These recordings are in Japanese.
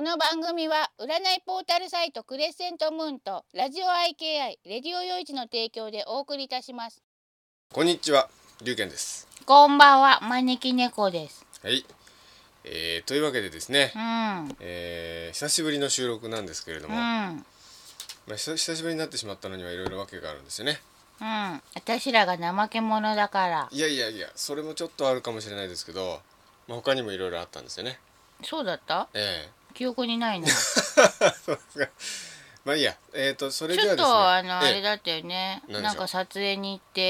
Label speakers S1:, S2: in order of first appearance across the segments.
S1: の番組は占いポータルサイトクレッセントムーンとラジオ IKI レディオヨイチの提供でお送りいたします
S2: こんにちは、龍拳です。
S1: こんばんは招き猫です
S2: はい、えーというわけでですね
S1: う、んうん
S2: えー久しぶりの収録なんですけれども、ま
S1: うん
S2: あ、久久しぶりになってしまったのにはいろいろ訳があるんですよね。
S1: 私らが怠け者だから
S2: いやいやいや、それもちょっとあるかもしれないですけど、まあ、他にもいろいろあったんですよね。
S1: そうだった
S2: え
S1: 記憶に ないなち
S2: えそうですか。まあいいや、えっ、とそれで
S1: ょ
S2: は
S1: っ
S2: ですね、
S1: とあのあれ
S2: え
S1: だったよね
S2: 何でしょう
S1: なんか撮影に行って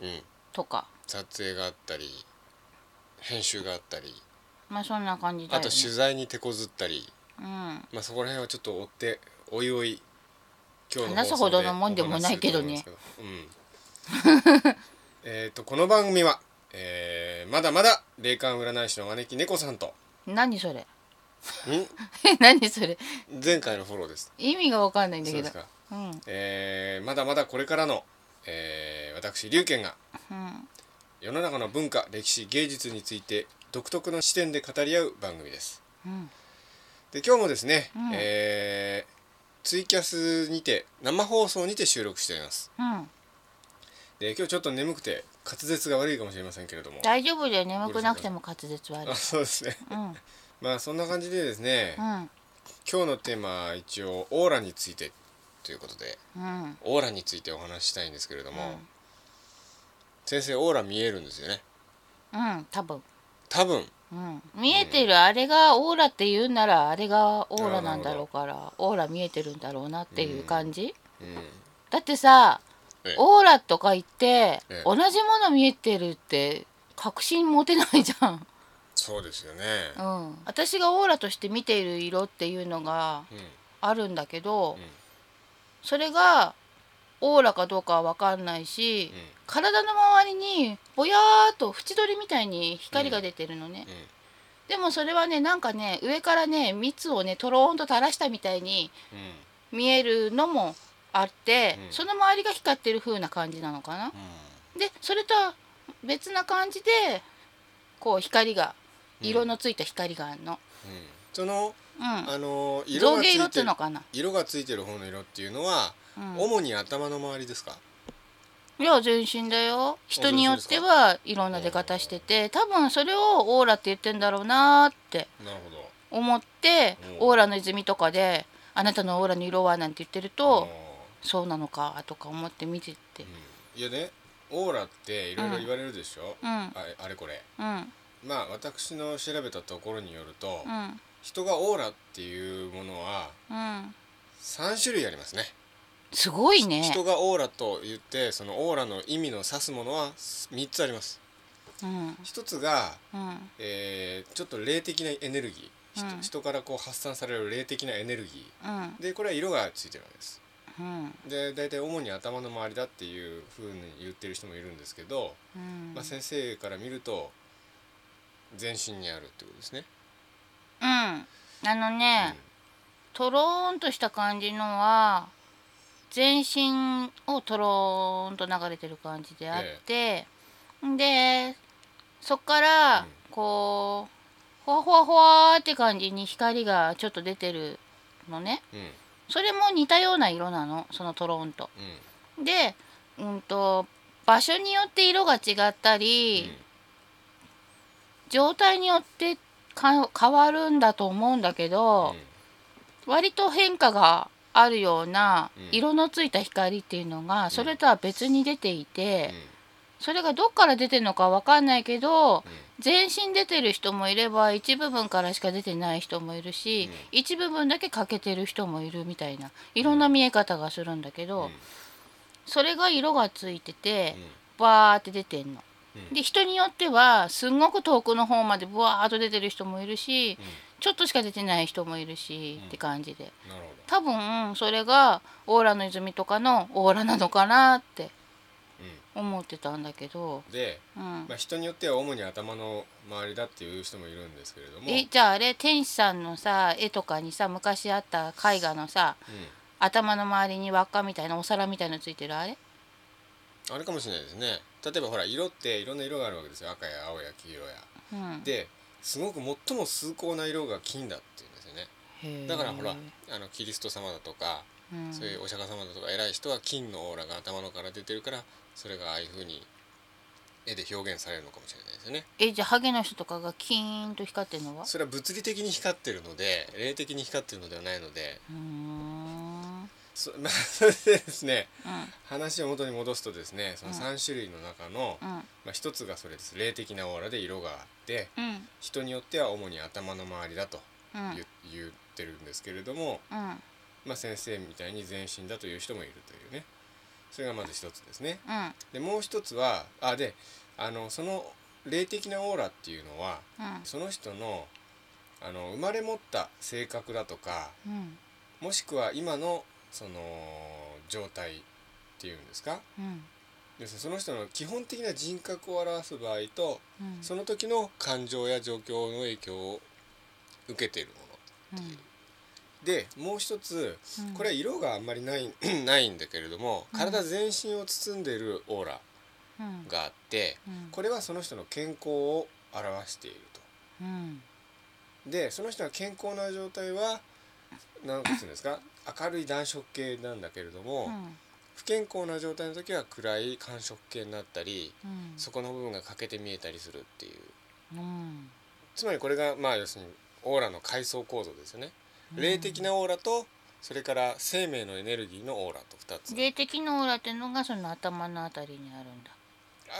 S2: えうん、
S1: とか
S2: 撮影があったり、編集があったり、
S1: まあそんな感じだ
S2: あ
S1: よね
S2: と取材に手こずったり、
S1: うん
S2: まあそこら辺はちょっと追っておいおい今
S1: 話すほどのもんでもないけどね
S2: お話しすると思いますけど。うん、 えっとこの番組は、えーまだまだ霊感占い師の招き猫さんと
S1: 何それ
S2: ん
S1: 何それ
S2: 前回のフォローです。
S1: 意味がわかんないんだ
S2: そ
S1: け
S2: うで
S1: ど
S2: すか。
S1: うんうん
S2: えーまだまだこれからの、えー、私龍賢が世の中の文化歴史芸術について独特の視点で語り合う番組です。
S1: うん
S2: で今日もですね、
S1: うん
S2: えーツイキャスにて生放送にて収録しています。
S1: うん
S2: で今日ちょっと眠くて滑舌が悪いかもしれませんけれども
S1: 大丈夫だよ眠くなくても滑舌悪い
S2: あそうですね
S1: うんうん
S2: まあそんな感じでですね今日のテーマは一応オーラについてということで
S1: うん
S2: オーラについてお話ししたいんですけれども、
S1: うん
S2: 先生オーラ見えるんですよね
S1: うん多分
S2: 多分
S1: うん見えてるあれがオーラって言うならあれがオーラなんだろうからオーラ見えてるんだろうなっていう感じ
S2: うん
S1: だってさ
S2: ええ
S1: オーラとか言って
S2: ええ
S1: 同じもの見えてるって確信持てないじゃん
S2: そうですよね
S1: うん私がオーラとして見ている色っていうのが
S2: うん
S1: あるんだけど、
S2: うん
S1: それがオーラかどうかは分かんないし、
S2: うん
S1: 体の周りにぼやーっと縁取りみたいに光が出てるのね、
S2: うん
S1: でもそれはねなんかね上からね蜜をねとろーんと垂らしたみたいに
S2: うん
S1: 見えるのもあって、
S2: うん
S1: その周りが光ってる風な感じなのかな。でそれとは別な感じでこう光が
S2: うん
S1: 色のついた光があるの。
S2: うんうんそ
S1: う
S2: のあの
S1: ん、
S2: 色
S1: 造
S2: がつ
S1: 形色っつ
S2: いて
S1: う
S2: る
S1: のかな。
S2: 色がついてる方の色っていうのは、
S1: うん
S2: 主に頭の周りですか
S1: いや全身だよ人によってはいろんな出方してて多分それをオーラって言ってんだろうなーって
S2: なるほど
S1: 思って
S2: うん
S1: オーラの泉とかで「あなたのオーラの色は?」なんて言ってると「そうなのか」とか思って見てて
S2: うんいやねオーラっていろいろ言われるでしょ、
S1: うん
S2: あれあれこれ
S1: うん
S2: まあ私の調べたところによると、
S1: うん
S2: 人がオーラっていうものは
S1: うん
S2: 3種類ありますね
S1: すごいね
S2: 人、がオーラと言ってそのオーラの意味の指すものは3つあります
S1: うん
S2: 一つが、
S1: うん
S2: えーちょっと霊的なエネルギー人,、
S1: うん
S2: 人からこう発散される霊的なエネルギ
S1: うん
S2: ーでこれは色がついてるわけです
S1: うん
S2: で大体主に頭の周りだっていうふうに言ってる人もいるんですけど、
S1: うん
S2: まあ、先生から見ると全身にあるってことですね。
S1: うんあのねとろーんとした感じのは全身をとろーんと流れてる感じであって、でそっか
S2: う
S1: ら
S2: ん
S1: こう、ほわほわほわーって感じに光がちょっと出てるのね
S2: うんうん
S1: それも似たような色なのそのとろーんと。
S2: うん
S1: でうんと場所によって色が違ったり、状態によってか変わるんだと思うんだけど。
S2: うん
S1: 割と変化があるような
S2: うん
S1: 色のついた光っていうのがそれとは別に出ていて
S2: うん
S1: それがどっから出てるのかわかんないけど
S2: うん
S1: 全身出てる人もいれば一部分からしか出てない人もいるし
S2: うん
S1: 一部分だけ欠けてる人もいるみたいないろんな見え方がするんだけ
S2: うん
S1: どそれが色がついてて
S2: うん
S1: バーって出てんの
S2: うん。
S1: で人によってはすんごく遠くの方までブワーっと出てる人もいるしちょっとしか出てない人もいるしって感じで。
S2: うんなるほ
S1: 多分それがオーラの泉とかのオーラなのかなって
S2: ど。
S1: 思ってたんだけど、
S2: うんで、
S1: うん
S2: まあ、人によっては主に頭の周りだっていう人もいるんですけれども、
S1: えじゃああれ天使さんのさ絵とかにさ昔あった絵画のさ
S2: うん
S1: 頭の周りに輪っかみたいなお皿みたいのついてるあれ
S2: あれかもしれないですね。例えばほら色っていろんな色があるわけですよ。赤や青や黄色や。
S1: うん
S2: ですごく最も崇高な色が金だっていうんでよね
S1: へー
S2: だからほらあのキリスト様だとか
S1: うん
S2: そういうお釈迦様だとか偉い人は金のオーラが頭のから出てるからそれがああいうふうに絵で表現されるのかもしれないですよね
S1: えじゃあハゲの人とかがキーンと光ってるのは
S2: それは物理的に光ってるので霊的に光ってるのではないので
S1: うーん
S2: そ,、 まあ、それでですね
S1: うん
S2: 話を元に戻すとですねその
S1: うん
S2: 3種類の中の、
S1: うん
S2: まあ、1つがそれです霊的なオーラで色があって
S1: うん
S2: 人によっては主に頭の周りだと
S1: うん
S2: 言,、言ってるんですけれども、
S1: うん
S2: まあ、先生みたいに全身だという人もいるというねそれがまず1つですね。
S1: うん
S2: でもう一つはあであのその霊的なオーラっていうのは
S1: うん
S2: その人のあの生まれ持った性格だとか
S1: うん
S2: もしくは今のその状態っていうんですか
S1: うん
S2: 要するにその人の基本的な人格を表す場合と
S1: うん
S2: その時の感情や状況の影響を受けているものでもう一つ
S1: うん
S2: これは色があんまりない ないんだけれども体全身を包んでいるオーラ
S1: うん
S2: があって
S1: うん
S2: これはその人の健康を表していると
S1: うん
S2: でその人が健康な状態は何て言うんですか明るい暖色系なんだけれども、
S1: うん
S2: 不健康な状態の時は暗い寒色系になったり
S1: うん
S2: そこの部分が欠けて見えたりするっていう
S1: うん
S2: つまりこれがまあ要するにオーラの階層構造ですよね、
S1: うん
S2: 霊的なオーラとそれから生命のエネルギーのオーラと2つ
S1: 霊的なオーラってのがその頭のあたりにあるんだ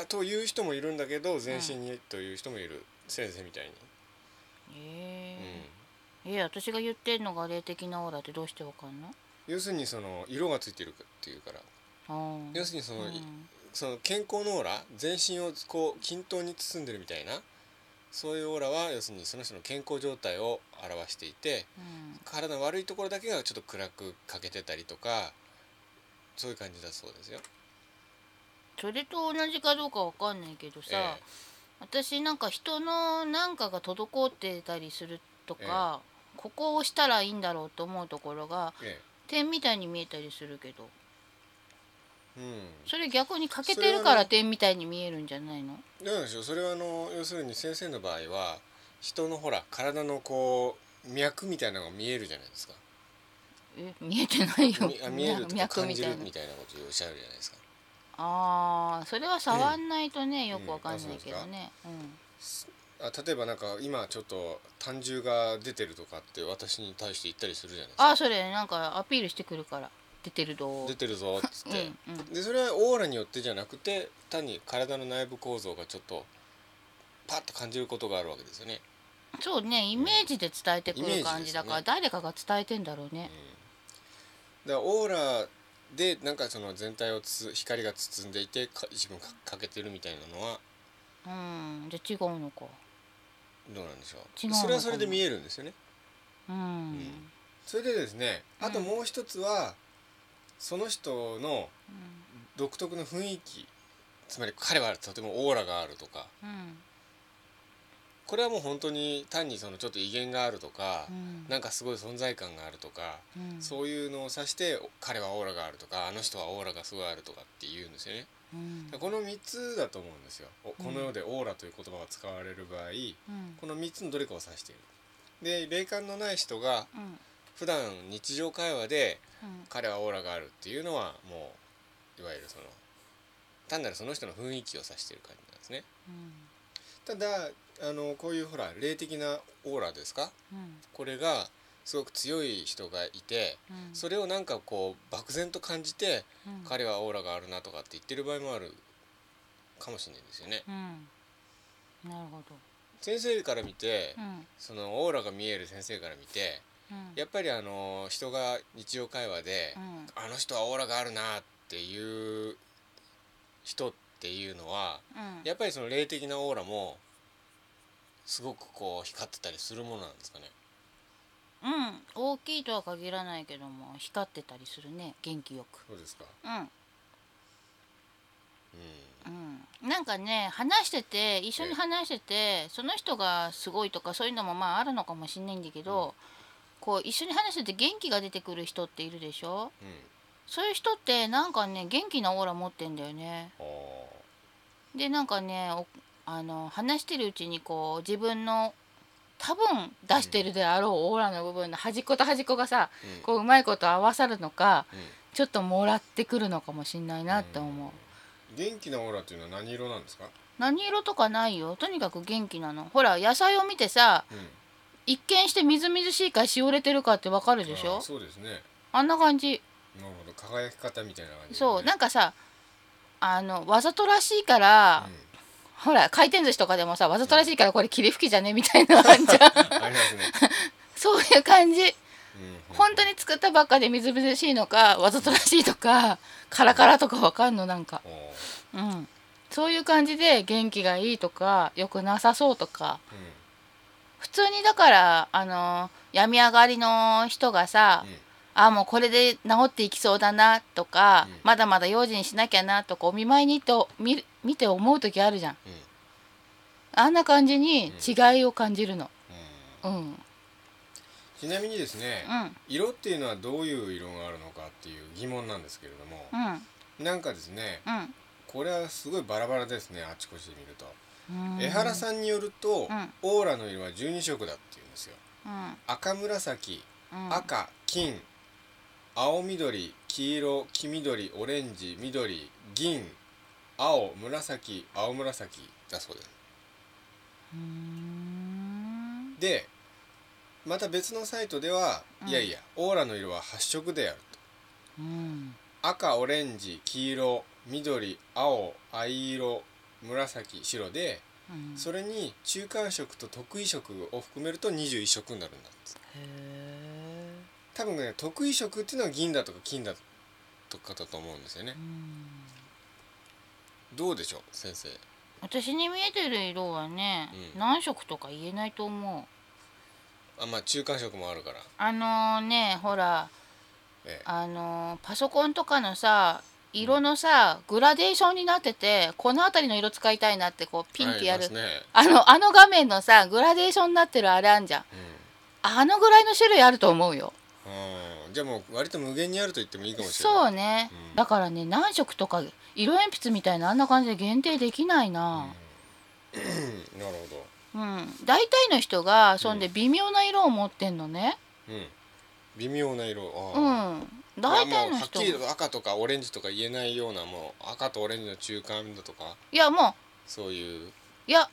S2: あという人もいるんだけど全身にという人もいる、先生みたいに、
S1: へ
S2: うん
S1: ええ私が言ってんのが霊的なオーラってどうしてわかんの
S2: 要するにその色がついてるっていうから
S1: あー
S2: 要するにその、
S1: うん
S2: その健康のオーラ全身をこう均等に包んでるみたいなそういうオーラは要するにその人の健康状態を表していて
S1: うん
S2: 体の悪いところだけがちょっと暗く欠けてたりとかそういう感じだそうですよ。
S1: それと同じかどうかわかんないけどさ、
S2: え
S1: 私なんか人のなんかが滞ってたりするとか、ここをしたらいいんだろうと思うところが
S2: ええ
S1: 点みたいに見えたりするけど
S2: え
S1: それ逆に欠けてるか
S2: それは
S1: ら
S2: ね
S1: 点みたいに見えるんじゃないの
S2: うん、どうなんでしょうそれはあの要するに先生の場合は人のほら体のこう脈みたいなのが見えるじゃないで すか。
S1: え見えてないよ
S2: みあ見えるとか
S1: 脈
S2: 感
S1: み
S2: じ
S1: た
S2: る
S1: いな
S2: みたいなことをおっしゃるじゃないですか。
S1: あーそれは触んないとね、よ
S2: う
S1: く
S2: ん
S1: わかんないけどね、うん
S2: あ例えばなんか今ちょっと胆汁が出てるとかって私に対して言ったりするじゃないですか。
S1: あーそれなんかアピールしてくるから出てるど
S2: 出てるぞっつって、
S1: うんうん
S2: でそれはオーラによってじゃなくて単に体の内部構造がちょっとパッと感じることがあるわけですよね、
S1: そうねイメージで伝えてく
S2: イメージ
S1: る
S2: ですね
S1: 感じだから、誰かが伝えてんだろう
S2: うん
S1: ね、、
S2: だからオーラでなんかその全体をつ光が包んでいてか自分が欠けてるみたいなのは
S1: うん、じゃあ違うのか
S2: どうなんでしょ
S1: 違う
S2: う
S1: のかな
S2: それはそれで見えるんですよね
S1: うん、
S2: んそれでですねあともう一つは、その人の独特の雰囲気つまり彼はとてもオーラがあるとか
S1: うんうん
S2: これはもう本当に単にそのちょっと威厳があるとか、
S1: うん
S2: なんかすごい存在感があるとか、
S1: うん
S2: そういうのを指してお彼はオーラがあるとかあの人はオーラがすごいあるとかって言うんですよね。
S1: うん
S2: この3つだと思うんですよ。おこの世でオーラという言葉が使われる場合
S1: うん
S2: この3つのどれかを指している。で霊感のない人が
S1: うん
S2: 普段日常会話で
S1: うん
S2: 彼はオーラがあるっていうのはもういわゆるその単なるその人の雰囲気を指している感じなんですね。ただあのこういうほら霊的なオーラですか
S1: うん
S2: これがすごく強い人がいて
S1: うん
S2: それをなんかこう漠然と感じて
S1: うん
S2: 彼はオーラがあるなとかって言ってる場合もあるかもしれないですよね。
S1: うんなるほど
S2: 先生から見て
S1: うん
S2: そのオーラが見える先生から見て
S1: うん
S2: やっぱりあの人が日常会話で
S1: うん
S2: 「あの人はオーラがあるな」っていう人っていうのは
S1: うん
S2: やっぱりその霊的なオーラもすごくこう光ってたりするものなんですかね。
S1: うん大きいとは限らないけども光ってたりするね元気よく
S2: そうですか、
S1: うん
S2: うん
S1: うん、なんかね話してて一緒に話してて、その人がすごいとかそういうのもまああるのかもしんないんだけど、こう一緒に話してて元気が出てくる人っているでしょ
S2: うん、
S1: そういう人ってなんかね元気なオーラ持ってんだよね。
S2: あー
S1: でなんかねおあの話してるうちにこう自分の多分出してるであろうオーラの部分の端っこと端っこがさ
S2: うん
S1: こううまいこと合わさるのか
S2: うん
S1: ちょっともらってくるのかもしんないなって思う。
S2: 元気なオーラっていうのは何色なんですか、
S1: 何色とかないよとにかく元気なのほら野菜を見てさ
S2: うん、
S1: 一見してみずみずしいかしおれてるかってわかるでし
S2: あー
S1: ょ
S2: そうですね
S1: あんな感じ
S2: なるほど輝き方みたいな感じ、ね、
S1: そうなんんかさあのわざとらしいから、
S2: う
S1: ほら回転寿司とかでもさわざとらしいからこれ霧吹きじゃねみたいなのあ んじゃん
S2: ん、ありますね、
S1: そういう感じ
S2: うん、
S1: 本当に作ったばっかでみずみずしいのかわざとらしいとかカラカラとかわかんのなんか
S2: お
S1: う
S2: ー
S1: んそういう感じで元気がいいとかよくなさそうとか
S2: う
S1: 普通にだからあの病み上がりの人がさ、
S2: んうん
S1: あもうこれで治っていきそうだなとか、
S2: うん
S1: まだまだ用心しなきゃなとかお見舞いにと見見て思う時あるじゃん
S2: うん
S1: あんな感じに違いを感じるの
S2: うん
S1: うんうん
S2: ちなみにですね、色っていうのはどういう色があるのかっていう疑問なんですけれども
S1: う、ん
S2: なんかですね
S1: うん
S2: これはすごいバラバラですねあちこちで見ると、
S1: うん
S2: 江原さんによると、
S1: うん
S2: オーラの色は12色だっていうんですよ
S1: うん
S2: 赤紫
S1: うん
S2: 赤金青緑黄色黄緑オレンジ緑銀青紫青紫だそうです
S1: うん
S2: でまた別のサイトでは、
S1: うん
S2: いやいやオーラの色は8色であると
S1: うん
S2: 赤オレンジ黄色緑青藍色紫白で
S1: うん
S2: それに中間色と得意色を含めると21色になるんだって
S1: へえ
S2: 多分ね得意色っていうのは銀だとか金だとかだと思うんですよね
S1: うん
S2: どうでしょう先生
S1: 私に見えてる色はね、
S2: うん
S1: 何色とか言えないと思う
S2: あまあ中間色もあるから
S1: あのねほら
S2: ええ
S1: あのパソコンとかのさ色のさグラデーションになっててこの辺りの色使いたいなってこうピンってやる
S2: ありますね
S1: あのあの画面のさグラデーションになってるあれあんじゃんあのぐらいの種類あると思うよ
S2: うん、うん、じゃあもう割と無限にあると言ってもいいかもしれない
S1: そうね、
S2: うん
S1: だからね何色とか色鉛筆みたいなあんな感じで限定できないな
S2: うん なるほど
S1: うん、大体の人がそんで微妙な色を持ってんのね
S2: うん微妙な色
S1: う
S2: ああ、
S1: ん大体
S2: いやもう
S1: の
S2: はっ
S1: 人
S2: きりと赤とかオレンジとか言えないようなもう赤とオレンジの中間だとか
S1: いやもう
S2: そういう
S1: いや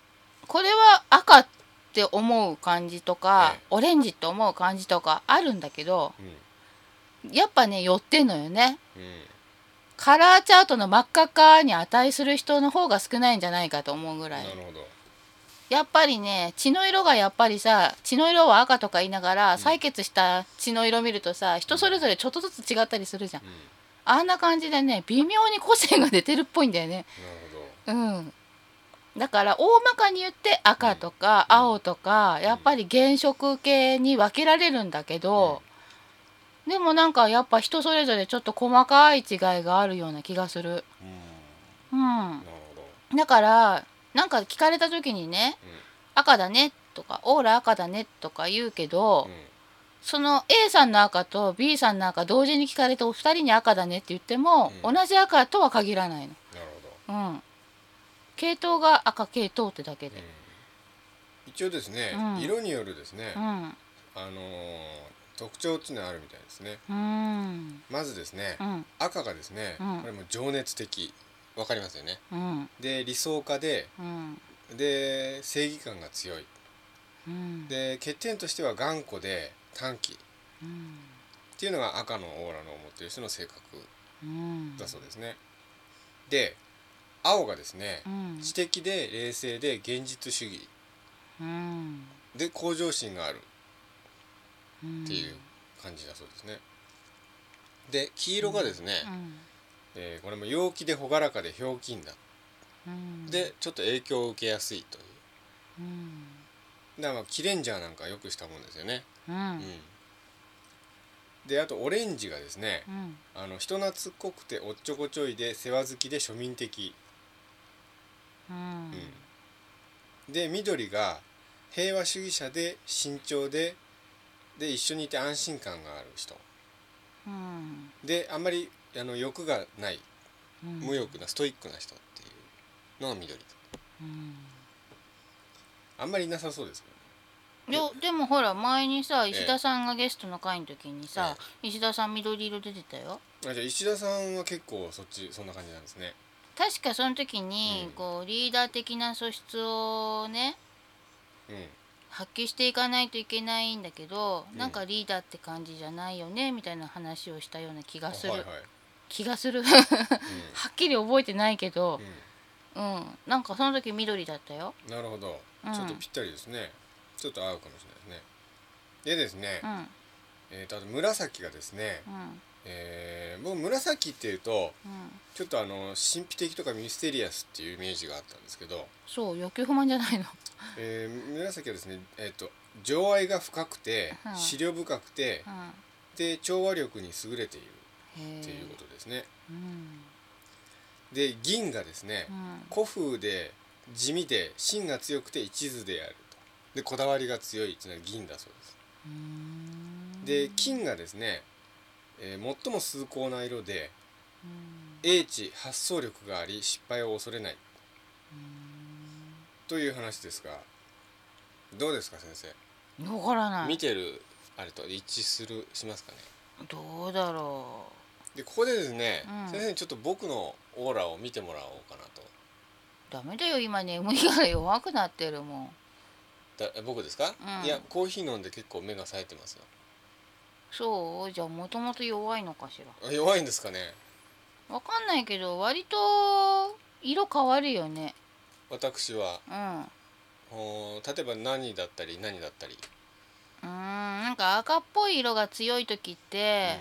S1: これは赤って思う感じとか、
S2: ええ
S1: オレンジって思う感じとかあるんだけど
S2: うん
S1: やっぱね寄ってんのよね
S2: うん
S1: カラーチャートの真っ赤っかに値する人の方が少ないんじゃないかと思うぐらい
S2: なるほど
S1: やっぱりね血の色がやっぱりさ血の色は赤とか言いながら採血した血の色見るとさ人それぞれちょっとずつ違ったりするじゃん
S2: うん
S1: あんな感じでね微妙に個性が出てるっぽいんだよね
S2: なるほ
S1: う
S2: ど
S1: ん、だから大まかに言って赤とか
S2: うん
S1: 青とか、やっぱり原色系に分けられるんだけど、でもなんかやっぱ人それぞれちょっと細かい違いがあるような気がする。
S2: うん
S1: うん
S2: な、るほど
S1: だからなんか聞かれた時にね「赤だね」とか「オーラ赤だね」とか言うけど、
S2: うんうん
S1: その A さんの赤と B さんの赤同時に聞かれてお二人に赤だねって言っても、
S2: うん
S1: 同じ赤とは限らないの。
S2: なるほど
S1: うん、系統が赤系統ってだけで。
S2: うん一応ですね、
S1: うん
S2: 色によるですね
S1: う、ん
S2: あのー特徴っていうのはあるみたいですね
S1: うん
S2: まずですね、
S1: うん
S2: 赤がですね、
S1: うん
S2: これもう情熱的わかりますよね
S1: うん
S2: で理想家で
S1: うん
S2: で正義感が強い
S1: うん
S2: で欠点としては頑固で短気っ
S1: うん
S2: ていうのが赤のオーラの持ってる人の性格
S1: うん
S2: だそうですね、で青がですね
S1: うん
S2: 知的で冷静で現実主義
S1: うん
S2: で向上心がある
S1: うん
S2: っていう感じだそうですね。で黄色がですね、
S1: うん
S2: えーこれも陽気で朗らかでひょうきんだ
S1: うん
S2: でちょっと影響を受けやすいとい
S1: うん
S2: うだからまあキレンジャーなんかよくしたもんですよね。
S1: う
S2: うん
S1: ん
S2: であとオレンジがですね
S1: うん
S2: あの人懐っこくておっちょこちょいで世話好きで庶民的、
S1: うん
S2: うん、で緑が平和主義者で慎重でで一緒にいて安心感がある人
S1: うん
S2: であんまりあの欲がない
S1: うん
S2: 無欲なストイックな人っていうのが緑
S1: うん
S2: あんまりいなさそうですけど
S1: いやでもほら前にさ石田さんがゲストの回の時にさ、石田さん緑色出てたよ
S2: あじゃあ石田さんは結構そっちそんな感じなんですね
S1: 確かその時に、
S2: うん
S1: こうリーダー的な素質をね
S2: うん
S1: 発揮していかないといけないんだけど、
S2: うん
S1: なんかリーダーって感じじゃないよねみたいな話をしたような気がする、
S2: はいはい、
S1: 気がする
S2: う
S1: はっきり覚えてないけど
S2: ん、
S1: うん、なんかその時緑だったよ。
S2: うん、なるほど、
S1: うん
S2: ちょっとぴったりですねちょっと合うかもしれないですねでですね、
S1: うん、うん、
S2: えー、とあと紫がですね、えー、僕紫っていうと
S1: うん、
S2: ちょっとあの神秘的とかミステリアスっていうイメージがあったんですけど、
S1: そう、欲求不満じゃないの。
S2: えー、紫はですね、えー、と情愛が深くて
S1: うん
S2: 思慮深くて
S1: うん、
S2: で調和力に優れている
S1: へ
S2: っていう
S1: え
S2: こ、とですね。
S1: うん、
S2: で銀がですね
S1: うん、
S2: 古風で地味で芯が強くて一途であるとでこだわりが強いっていうのは銀だそう
S1: うーん
S2: です。で、金がですね、えー、最も崇高な色で
S1: うん
S2: 英知発想力があり失敗を恐れない
S1: うん
S2: という話ですがどうですか先生、
S1: わからな
S2: 見
S1: い。
S2: てるあれと一致するしますかね
S1: どうだろ
S2: でここでですね、
S1: うん
S2: 先生にちょっと僕のオーラを見てもらおうかなと
S1: う。ダメだよ、今眠いから 弱くなってるもん。
S2: だえ僕ですか、
S1: うん
S2: いやコーヒー飲んで結構目が冴えてますよ
S1: そう、じゃあ、もともと弱いのかしら。
S2: あ弱いんですかね
S1: わかんないけど、割と色変わるよね。
S2: 私は
S1: うん。
S2: ほー例えば何だったり何だったり、
S1: うーんなんか赤っぽい色が強い時って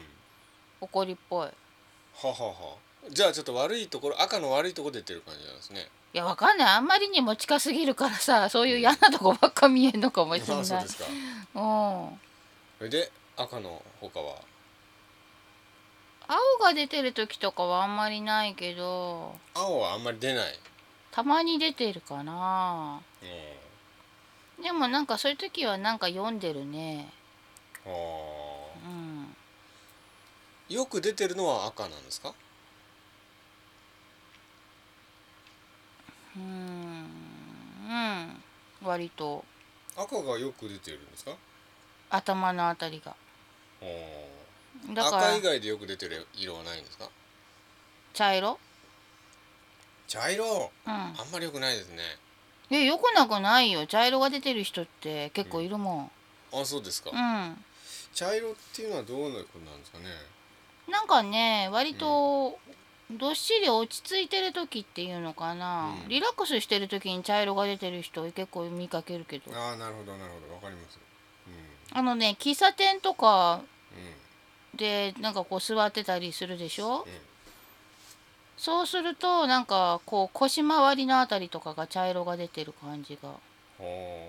S1: 怒りっぽい
S2: うん、はははじゃあちょっと悪いところ赤の悪いところ出てる感じなんですね
S1: いやわかんないあんまりにも近すぎるからさそういう嫌なとこばっか見えんのかもしれ
S2: あそう
S1: ない
S2: ですか
S1: うん青
S2: それで赤の他は
S1: が出てる時とかはあんまりないけど
S2: 青はあんまり出ない、
S1: たまに出てるかな
S2: うん
S1: でもなんかそういう時はなんか読んでるね
S2: あ
S1: うん
S2: ーよく出てるのは赤なんですか
S1: うーんうん割と
S2: 赤がよく出てるんですか
S1: 頭のあたりが
S2: あー
S1: だか
S2: 赤
S1: ら
S2: 以外でよく出てる色はないんですか
S1: 茶色
S2: 茶色
S1: うん
S2: あんまりよくないですね
S1: えよくなくないよ茶色が出てる人って結構いるもん
S2: あそうですか、
S1: うん、
S2: 茶色っていうのはどういうことなんですかね
S1: なんかね割とどっしり落ち着いてる時っていうのかな、
S2: うん
S1: リラックスしてる時に茶色が出てる人結構見かけるけど
S2: ああなるほどなるほどわかりますう
S1: あのね喫茶店とか
S2: んうん
S1: でなんかこう座ってたりするでしょ
S2: うん
S1: そうするとなんかこう腰回りのあたりとかが茶色が出てる感じが
S2: ほ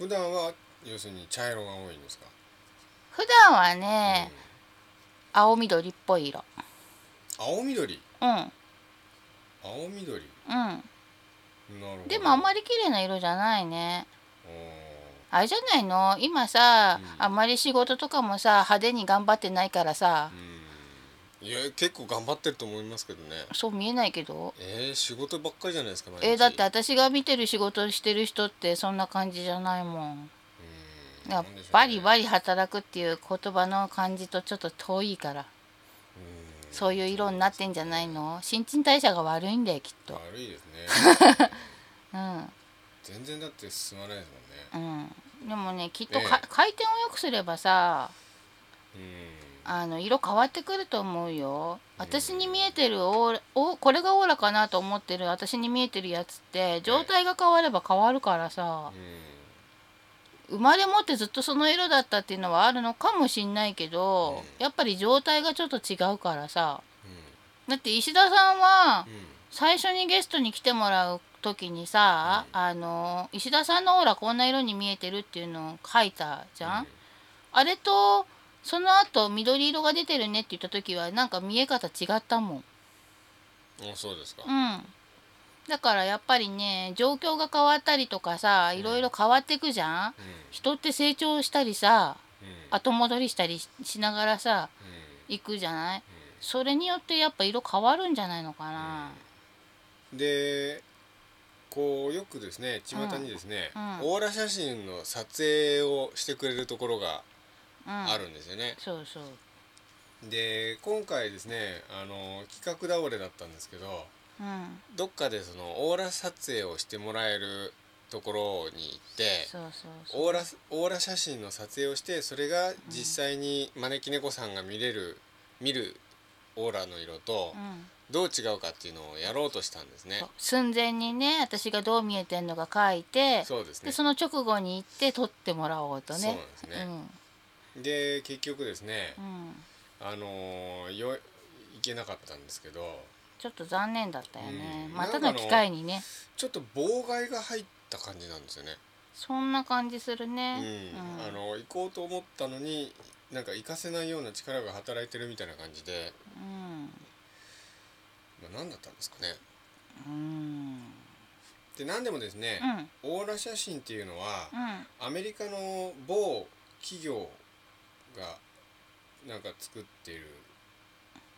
S2: う普段は要するに茶色が多いんですか、
S1: 普段はね、青緑っぽい色
S2: うん青緑
S1: うんうん
S2: 青緑なるほど
S1: でもあんま
S2: り
S1: り綺麗な色じゃないねあれじゃないの今さ、
S2: うん
S1: あんまり仕事とかもさ派手に頑張ってないからさ、
S2: うんいや結構頑張ってると思いますけどね
S1: そう見えないけど
S2: えー、仕事ばっかりじゃないですか毎日
S1: えだって私が見てる仕事してる人ってそんな感じじゃないもん
S2: うん
S1: や
S2: なんでしょうね
S1: バリバリ働くっていう言葉の感じとちょっと遠いから
S2: うん
S1: そういう色になってんじゃないの新陳代謝が悪いんだよきっと
S2: 悪いです ね
S1: うん
S2: 全然だって進まないです
S1: うんでもねきっと
S2: ええ
S1: か回転を良くすればさ
S2: もんね
S1: あの色変わってくると思うよ私に見えてるオーラおこれがオーラかなと思ってる私に見えてるやつって状態が変われば変わるからさ
S2: うんう
S1: 生
S2: ん
S1: まれ持ってずっとその色だったっていうのはあるのかもしんないけど
S2: う
S1: やっぱり状態がちょっと違うからさ
S2: う
S1: だって石田さんは
S2: んうん
S1: 最初にゲストに来てもらう時にさ
S2: う
S1: あの石田さんのオーラこんな色に見えてるっていうのを書いたじゃん
S2: う
S1: あれとその後緑色が出てるねって言った時はなんか見え方違ったもん。
S2: んあそうですか
S1: うん。だからやっぱりね状況が変わったりとかさいろいろ変わってくじゃん。
S2: うん
S1: 人って成長したりさ
S2: うん
S1: 後戻りしたりししながらさ
S2: うん
S1: 行くじゃない
S2: うん
S1: それによってやっぱ色変わるんじゃないのかな。
S2: でこうよくですね巷にですね、
S1: うん
S2: オーラ写真の撮影をしてくれるところが
S1: うん、
S2: あるんですよね、
S1: そうそう
S2: で今回ですねあの企画倒れだったんですけど
S1: うん
S2: どっかでそのオーラ撮影をしてもらえるところに行って
S1: そうそうそう
S2: オーラオーラ写真の撮影をしてそれが実際に招き猫さんが見れる見るオーラの色と
S1: うん
S2: どう違うかっていうのをやろうとしたんですね
S1: そう。寸前にね私がどう見えてんのか書いて
S2: そうですね
S1: でその直後に行って撮ってもらおうとね
S2: そうなんですねで結局ですね
S1: うん、うん、
S2: あのーよいけなかったんですけど
S1: ちょっと残念だったよね、
S2: うん
S1: またの機会にね
S2: ちょっと妨害が入った感じなんですよね。
S1: そんな感じする
S2: う
S1: ね、
S2: ん、あの行こうと思ったのになんか行かせないような力が働いてるみたいな感じで、
S1: うん
S2: まあ、何だったんですかね。
S1: うん
S2: で何でもですね
S1: う、ん
S2: オーラ写真っていうのは
S1: うん
S2: アメリカの某企業がなんか作ってる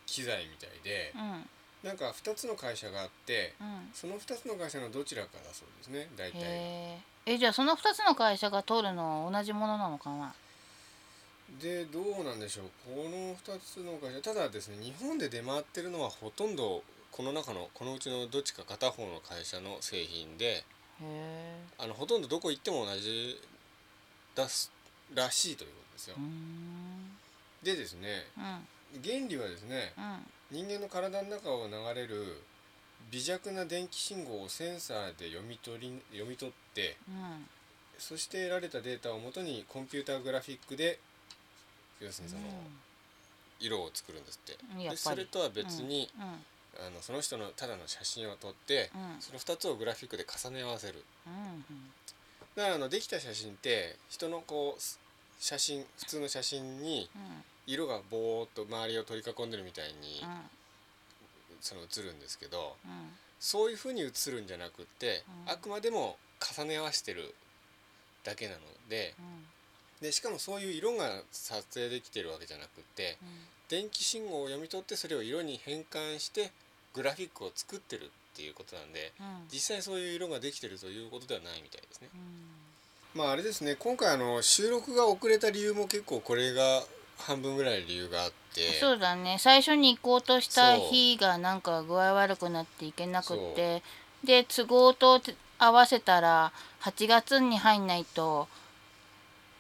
S2: 機材みたいで
S1: うん
S2: なんか2つの会社があって
S1: うん
S2: その2つの会社のどちらかだそうですね大体が。
S1: へええじゃあその2つの会社が取るのは同じものなのかな
S2: でどうなんでしょうこの2つの会社ただですね日本で出回ってるのはほとんどこの中のこのうちのどっちか片方の会社の製品で
S1: へえ
S2: あのほとんどどこ行っても同じだすらしいということですよ
S1: うー。ん
S2: でですね
S1: うん
S2: 原理はですね
S1: うん
S2: 人間の体の中を流れる微弱な電気信号をセンサーで読み取り読み取って
S1: うん
S2: そして得られたデータをもとにコンピューターグラフィックで要するにその色を作るんですって。
S1: うんや
S2: で
S1: っぱ
S2: それ
S1: り
S2: とは別に、
S1: うんうん
S2: あのその人のただの写真を撮って、
S1: うん
S2: その2つをグラフィックで重ね合わせる
S1: うん
S2: だからあのできた写真って人のこうす写真普通の写真に
S1: うん
S2: 色がぼーっと周りを取り囲んでるみたいに、
S1: うん
S2: その写るんですけど
S1: うん
S2: そういうふうに写るんじゃなくって、
S1: うん
S2: あくまでも重ね合わせてるだけなので
S1: うん
S2: でしかもそういう色が撮影できてるわけじゃなくって電気信号を読み取ってそれを色に変換してグラフィックを作ってるっていうことなんで。
S1: うん
S2: 実際そういう色ができてるということではないみたいですね。
S1: うん
S2: まああれですね今回あの収録が遅れた理由も結構これが半分ぐらい理由があって
S1: そうだね最初に行こうとした日がなんか具合悪くなって行けなくってで都合と合わせたら8月に入んないと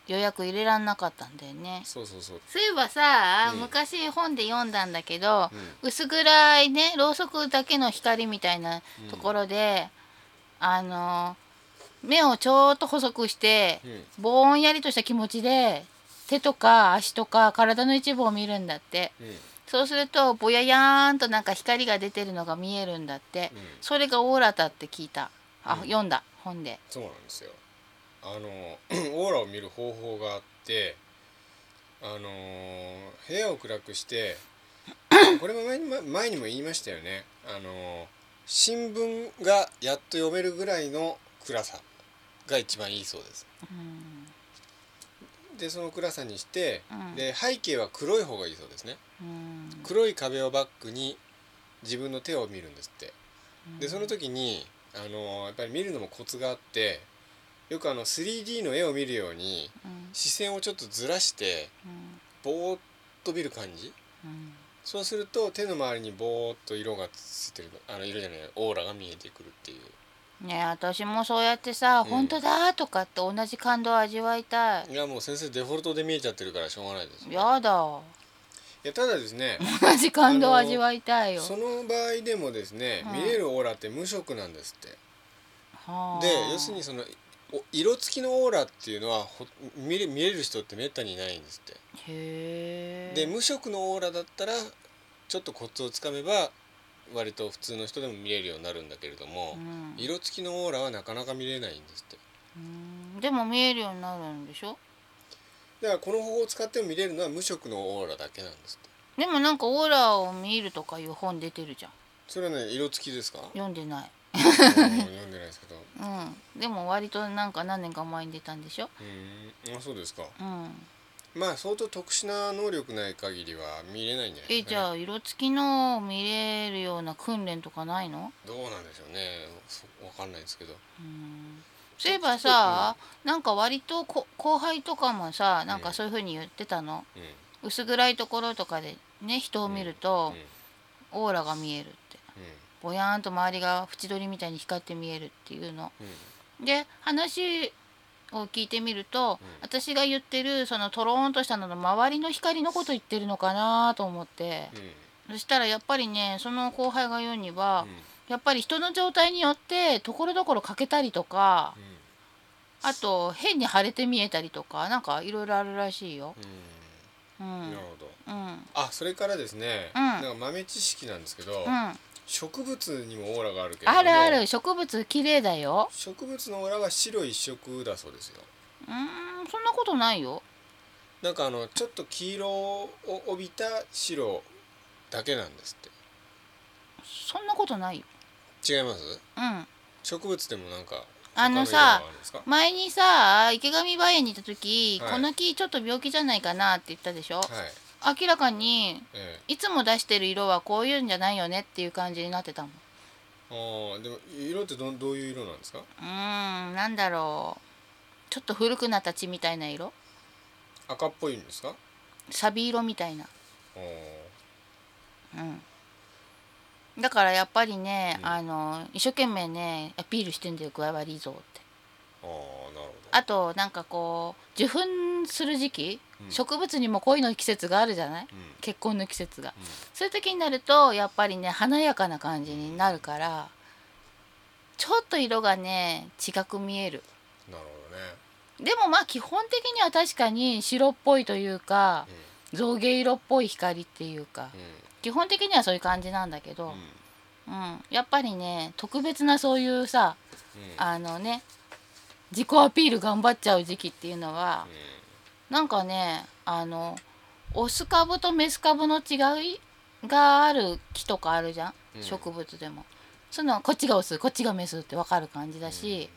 S1: 予約入れらんなかったんだよね
S2: そうそうそう
S1: そういえばさ、
S2: うん
S1: 昔本で読んだんだけど、
S2: うん
S1: 薄暗いねろうそくだけの光みたいなところで、あの目をちょっと細くして、
S2: うん
S1: ぼんやりとした気持ちで手とか足とか体の一部を見るんだって
S2: うんうん
S1: そうするとぼややーんとなんか光が出てるのが見えるんだって、それがオーラだって聞いたあ、
S2: うん
S1: 読んだ本で
S2: そうなんですよあの オーラを見る方法があってあのー部屋を暗くして これも前にも前にも言いましたよねあのー新聞がやっと読めるぐらいの暗さが一番いいそうです
S1: うん
S2: でその暗さにして、
S1: うん
S2: で背景は黒い方がいいそうですね
S1: うん
S2: 黒い壁をバックに自分の手を見るんですってでその時にあのやっぱり見るのもコツがあってよくあの 3D の絵を見るように
S1: うん
S2: 視線をちょっとずらして
S1: うん
S2: ぼーっと見る感じ
S1: うん
S2: そうすると手の周りにぼーっと色がついてるあの色じゃないオーラが見えてくるっていう
S1: ねえ私もそうやってさ「
S2: ん
S1: 本当だ」とかって同じ感動を味わいたい、
S2: いやもう先生デフォルトで見えちゃってるからしょうがないですね
S1: やだ
S2: いやただですね
S1: 同じ感動を味わいたいよ
S2: その場合でもですね、
S1: うん
S2: 見れるオーラって無色なんですって
S1: はあ
S2: で要するにそのお色付きのオーラっていうのはほ見れ見れる人ってめったにいないんですっ
S1: へえ
S2: てで無色のオーラだったらちょっとコツをつかめば割と普通の人でも見れるようになるんだけれども
S1: う、ん
S2: 色付きのオーラはなかなか見れないんですって
S1: うんでも見えるようになるんでしょ
S2: だからこの方法を使っても見れるのは無色のオーラだけなんですっ
S1: で
S2: て
S1: もなんかオーラを見るとかいう本出てるじゃん
S2: それはね色付 きですかうん
S1: 読んでない
S2: 読んでないですけど
S1: うんでも割となんか何年か前に出たんでしょ
S2: うーんあそうですか
S1: うん
S2: まあ相当特殊な能力ない限りは見れないんじゃない
S1: えじゃあ色付きのを見れるような訓練とかないの
S2: どうなんでしょうねそわかんないですけど
S1: うんそういえばさなんか割とこ後輩とかもさなんかそういうふうに言ってたの、
S2: うん
S1: 薄暗いところとかでね人を見ると
S2: うんうん
S1: オーラが見えるってぼやーんと周りが縁取りみたいに光って見えるっていうの。
S2: うん
S1: で話を聞いてみると、
S2: うん
S1: 私が言ってるそのとろーんとしたのの周りの光のこと言ってるのかなと思って、
S2: うんうん
S1: そしたらやっぱりねその後輩が言うには、
S2: うん
S1: やっぱり人の状態によってところどころ欠けたりとか
S2: う、ん
S1: あと変に腫れて見えたりとかなんかいろいろあるらしいよ。
S2: う
S1: うん
S2: ん
S1: う
S2: なんるほど
S1: うん
S2: あそれからですね、
S1: うん
S2: なんか豆知識なんですけど、植物にもオーラがあるけれども
S1: あるある植物綺麗だよ。
S2: 植物のオーラは白一色だそうですよ
S1: うーんそんなことないよ。
S2: なんかあのちょっと黄色を帯びた白だけなんですっ
S1: そんなことないよ。
S2: て違います
S1: うん。
S2: 植物でもなんか
S1: あの
S2: 他色が
S1: さ
S2: あるんですか
S1: 前にさ池上梅園にいた時、
S2: はい
S1: この木ちょっと病気じゃないかなって言ったでしょ
S2: はい
S1: 明らかに
S2: ええ
S1: いつも出してる色はこういうんじゃないよねっていう感じになってたもん
S2: あーでも色ってどんどういう色なんですか
S1: うーんなんだろうちょっと古くなった血みたいな色
S2: 赤っぽいんですか
S1: サビ色みたいな
S2: おー
S1: だからやっぱりね、
S2: うん
S1: あの一生懸命ねアピールしてんだよ具合悪いぞって
S2: あーなるほど
S1: あとなんかこう受粉する時期、
S2: うん
S1: 植物にも恋の季節があるじゃない、
S2: うん
S1: 結婚の季節が、
S2: うん
S1: そういう時になるとやっぱりね華やかな感じになるからちょっと色がね違く見える
S2: なるほどね
S1: でもまあ基本的には確かに白っぽいというか象牙色っぽい光っていうか
S2: うん
S1: 基本的にはそういう感じなんだけ
S2: う
S1: ど
S2: ん、
S1: うん、やっぱりね特別なそういうさ
S2: うん
S1: あのね自己アピール頑張っちゃう時期っていうのは
S2: うん
S1: なんかねあのオス株とメス株の違いがある木とかあるじゃん、
S2: うん
S1: 植物でもそのこっちがオスこっちがメスって分かる感じだし、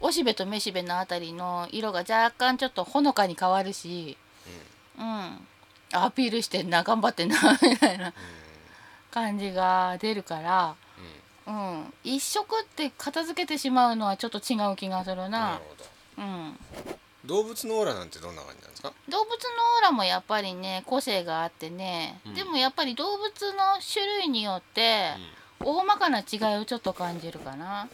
S1: おしべとめしべのあたりの色が若干ちょっとほのかに変わるしうんアピールしてんな頑張ってんなみたいな感じが出るから、
S2: うんうん
S1: うん、一色って片付けてしまうのはちょっと違う気がする
S2: な
S1: な
S2: る、ほど
S1: うん、
S2: 動物のオーラなんてどんな感じなんですか
S1: 動物のオーラもやっぱりね個性があってね、
S2: うん
S1: でもやっぱり動物の種類によって大まかな違いをちょっと感じるかな
S2: あ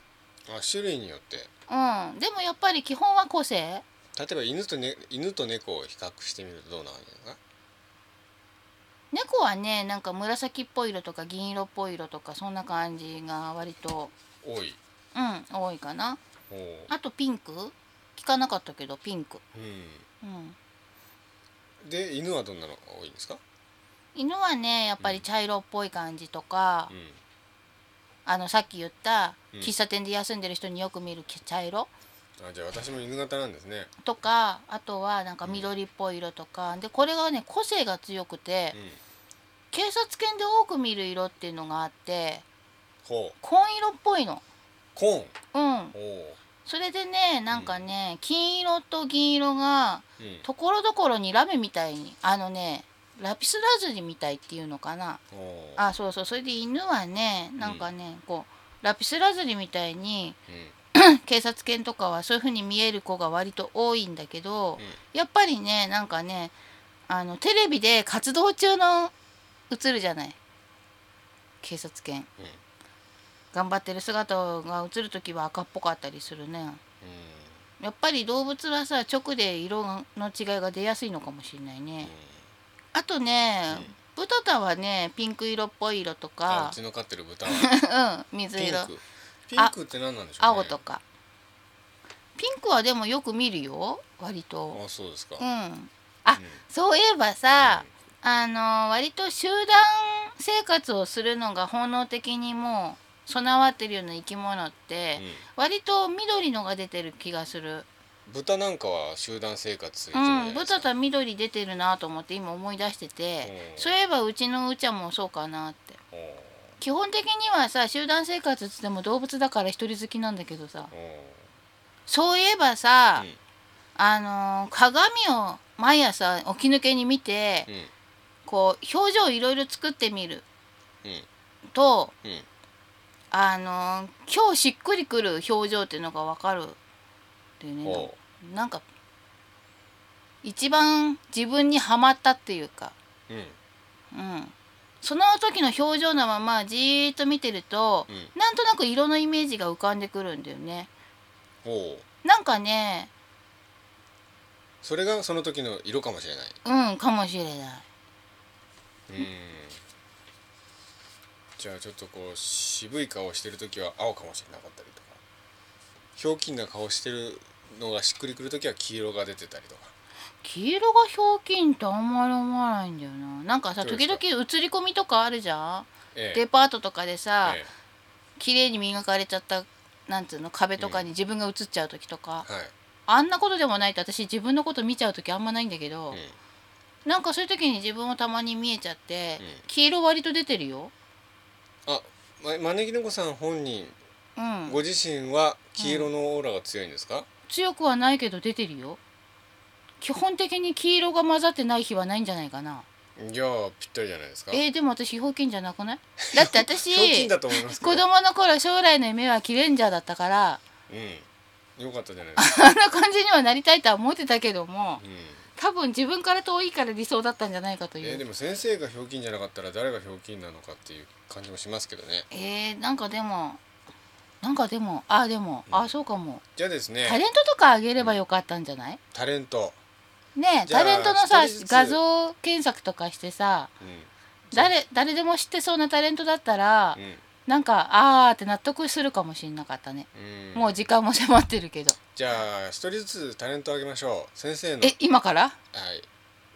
S2: 種類によって
S1: うんでもやっぱり基本は個性
S2: 例えば犬と、ね、犬と猫を比較してみるとどうな感じですか
S1: 猫はねなんか紫っぽい色とか銀色っぽい色とかそんな感じが割と
S2: 多い
S1: うん多いかな
S2: おー
S1: あとピンク聞かなかったけどピンク
S2: う
S1: うん
S2: ん、で犬はどんなのが多いんですか、
S1: 犬はねやっぱり茶色っぽい感じとか、
S2: うん
S1: あのさっき言った
S2: うん
S1: 喫茶店で休んでる人によく見る茶色、
S2: あじゃあ私も犬型なんですね、
S1: とかあとはなんか緑っぽい色とか、でこれがね個性が強くて、
S2: うん、
S1: 警察犬で多く見る色っていうのがあって
S2: ほう
S1: 紺色っぽいの
S2: コー
S1: う
S2: ン
S1: ん
S2: おー
S1: それでねなんかね、金色と銀色が
S2: うん
S1: ところどころにラメみたいにあのねラピスラズリみたいっていうのかな
S2: おー
S1: あそうそうそれで犬はねなんかね、こうラピスラズリみたいに
S2: うん
S1: 警察犬とかはそういう風に見える子が割と多いんだけど、
S2: うん
S1: やっぱりねなんかねあのテレビで活動中の映るじゃない警察犬
S2: うんうん
S1: 頑張ってる姿が映る時は赤っぽかったりするねやっぱり動物はさ直で色の違いが出やすいのかもしれないねあとね、ブタタはねピンク色っぽい色と
S2: あ
S1: か
S2: うちの飼ってる豚は
S1: うん 水
S2: ピン
S1: 色
S2: クピンクって何なんでしょうね
S1: 青とかピンクはでもよく見るよ割と
S2: あそうですか、
S1: う
S2: うん
S1: んあそういえばさ、あの割と集団生活をするのが本能的にもう備わってるような生き物って、
S2: うん
S1: 割と緑のが出てる気がする。
S2: 豚なんかは集団生活する
S1: う
S2: 生き物じゃ
S1: ん、
S2: ない
S1: ブ
S2: です
S1: タ
S2: か
S1: タ緑出てるなと思って今思い出してて、
S2: うん
S1: そういえばうちのうちゃもそうかなって。
S2: お
S1: 基本的にはさ集団生活っつっても動物だから一人好きなんだけどさ
S2: ーおー
S1: そういえばさ、
S2: うん
S1: あの鏡を毎朝起き抜けに見て、
S2: うん
S1: こう表情いろいろ作ってみる
S2: うん
S1: と
S2: うん
S1: あのー今日しっくりくる表情っていうのが分かるっていう
S2: お
S1: ね
S2: う
S1: なんか一番自分にはまったっていうか、
S2: うん
S1: うん、その時の表情のままじーっと見てると、
S2: う
S1: なんとなく色のイメージが浮かんでくるんだよね。
S2: おう
S1: なんかね
S2: それがその時の色かもしれない
S1: うんかもしれない。
S2: うんじゃあちょっとこう渋い顔してる時は青かもしれなかったりとかひょうきんな顔してるのがしっくりくる時は黄色が出てたりとか
S1: 黄色がひょうきんってあんまり思わないんだよななんかさ
S2: そう
S1: 時
S2: です
S1: 々
S2: か
S1: 映り込みとかあるじゃん、
S2: ええ
S1: デパートとかでさ、
S2: ええ
S1: 綺麗に磨かれちゃったなんつうの壁とかに自分が映っちゃう時とか、
S2: はい
S1: あんなことでもないと私自分のこと見ちゃう時あんまないんだけど、
S2: うん
S1: なんかそういう時に自分をたまに見えちゃって、
S2: うん
S1: 黄色割と出てるよ。
S2: あま招き猫さん本人
S1: うん、
S2: ご自身は黄色のオーラが強いんですか、
S1: 強くはないけど出てるよ基本的に黄色が混ざってない日はないんじゃないかな
S2: じゃあぴったりじゃないですか
S1: えー、でも私ひょうきんじゃなくないだって私
S2: ひょうきんだと思いますけど
S1: 子供の頃将来の夢はキレンジャーだったから
S2: うんよかったじゃないですか、
S1: あんな感じにはなりたいとは思ってたけども
S2: うん
S1: 多分自分から遠いから理想だったんじゃないかとい
S2: えーで
S1: う
S2: も先生がひょうきんじゃなかったら誰がひょうきんなのかっていう感じもしますけどね
S1: えーなんかでもなんかでもあでもあそうかも
S2: じゃあですね
S1: タレントとかあげればよかったんじゃない
S2: タレント、
S1: ねえ
S2: じゃあ
S1: タレントのさ
S2: 一人ずつ
S1: 画像検索とかしてさ
S2: うん
S1: 誰誰でも知ってそうなタレントだったら
S2: うん
S1: なんかあーって納得するかもしれなかったね
S2: うん、
S1: もう時間も迫ってるけど
S2: じゃあ一人ずつタレントあげましょう先生の、
S1: え
S2: はい、
S1: 今から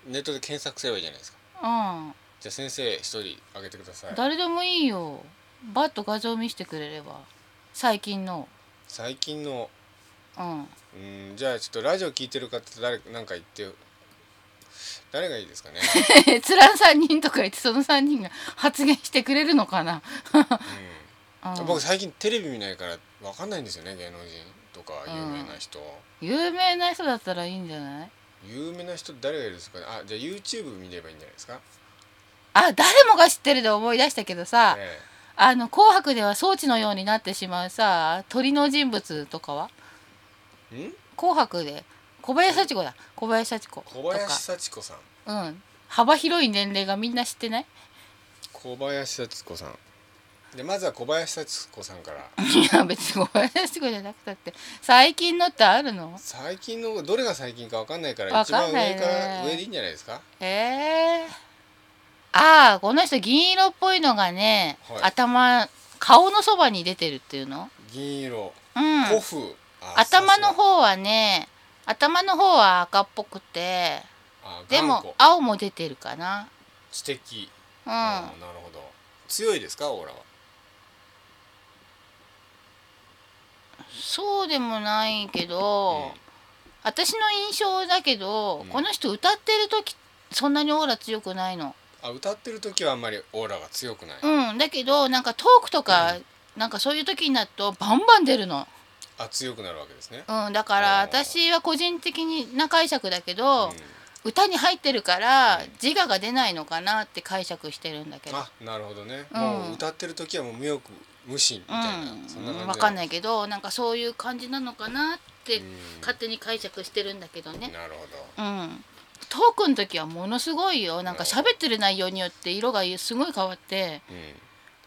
S2: ネットで検索すればいいじゃないですか
S1: うん
S2: じゃあ先生一人あげてください
S1: 誰でもいいよバッと画像見せてくれれば最近の
S2: 最近の
S1: うん
S2: うんじゃあちょっとラジオ聞いてる方誰なんか言ってよ誰がいいで すかね、
S1: 閲覧3人とか言ってその3人が発言してくれるのかな、うん
S2: うん、僕最近テレビ見ないからわかんないんですよね芸能人とか有名な人、
S1: 有名な人だったらいいんじゃない
S2: 有名な人誰がいるんですかねあじゃあ YouTube 見ればいいんじゃないですか、
S1: あ誰もが知ってるで思い出したけどさ、
S2: え
S1: あの「紅白」では装置のようになってしまうさ鳥の人物とかは
S2: え、ん
S1: 紅白で小林幸子だ小林幸子と
S2: 小林幸子さん
S1: か、うん、幅広い年齢がみんな知ってない
S2: 小林幸子さんでまずは小林幸子さんから
S1: いや別に小林幸子じゃなくたって最近のってあるの
S2: 最近のどれが最近かわかんないから
S1: わ
S2: 一
S1: か
S2: 番
S1: んない
S2: 上
S1: ね
S2: から上でいいんじゃないですか
S1: ええああこの人銀色っぽいのがね、
S2: はい
S1: 頭顔のそばに出てるっていうの
S2: 銀色
S1: うん
S2: 古風あ
S1: 頭の
S2: さすが
S1: 方はね頭の方は赤っぽくて
S2: あ
S1: で
S2: 頑
S1: も
S2: 固
S1: 青も出てるかな
S2: 知的
S1: うん
S2: あーなるほど強いですかオーラは
S1: そうでもないけど、
S2: うん
S1: 私の印象だけど、
S2: うん
S1: この人歌ってる時そんなにオーラ強くないの
S2: あ歌ってる時はあんまりオーラが強くない、
S1: うんだけどなんかトークとか、なんかそういう時になるとバンバン出るの
S2: あ強くなるわけですね、
S1: うん、だから
S2: あー
S1: 私は個人的な解釈だけど、
S2: う
S1: 歌に入ってるから
S2: うん
S1: 自我が出ないのかなって解釈してるんだけ
S2: ん、
S1: ど、
S2: あなるほどね、
S1: うん
S2: もう歌ってる時はもう無欲無心みたいな、そんな
S1: う
S2: 感
S1: ん、
S2: じ
S1: わかん
S2: い
S1: ないけどなんかそういう感じなのかなって
S2: うん
S1: 勝手に解釈してるんだけどね。
S2: なるほど
S1: うんトークの時はものすごいよなんか喋ってる内容によって色がすごい変わって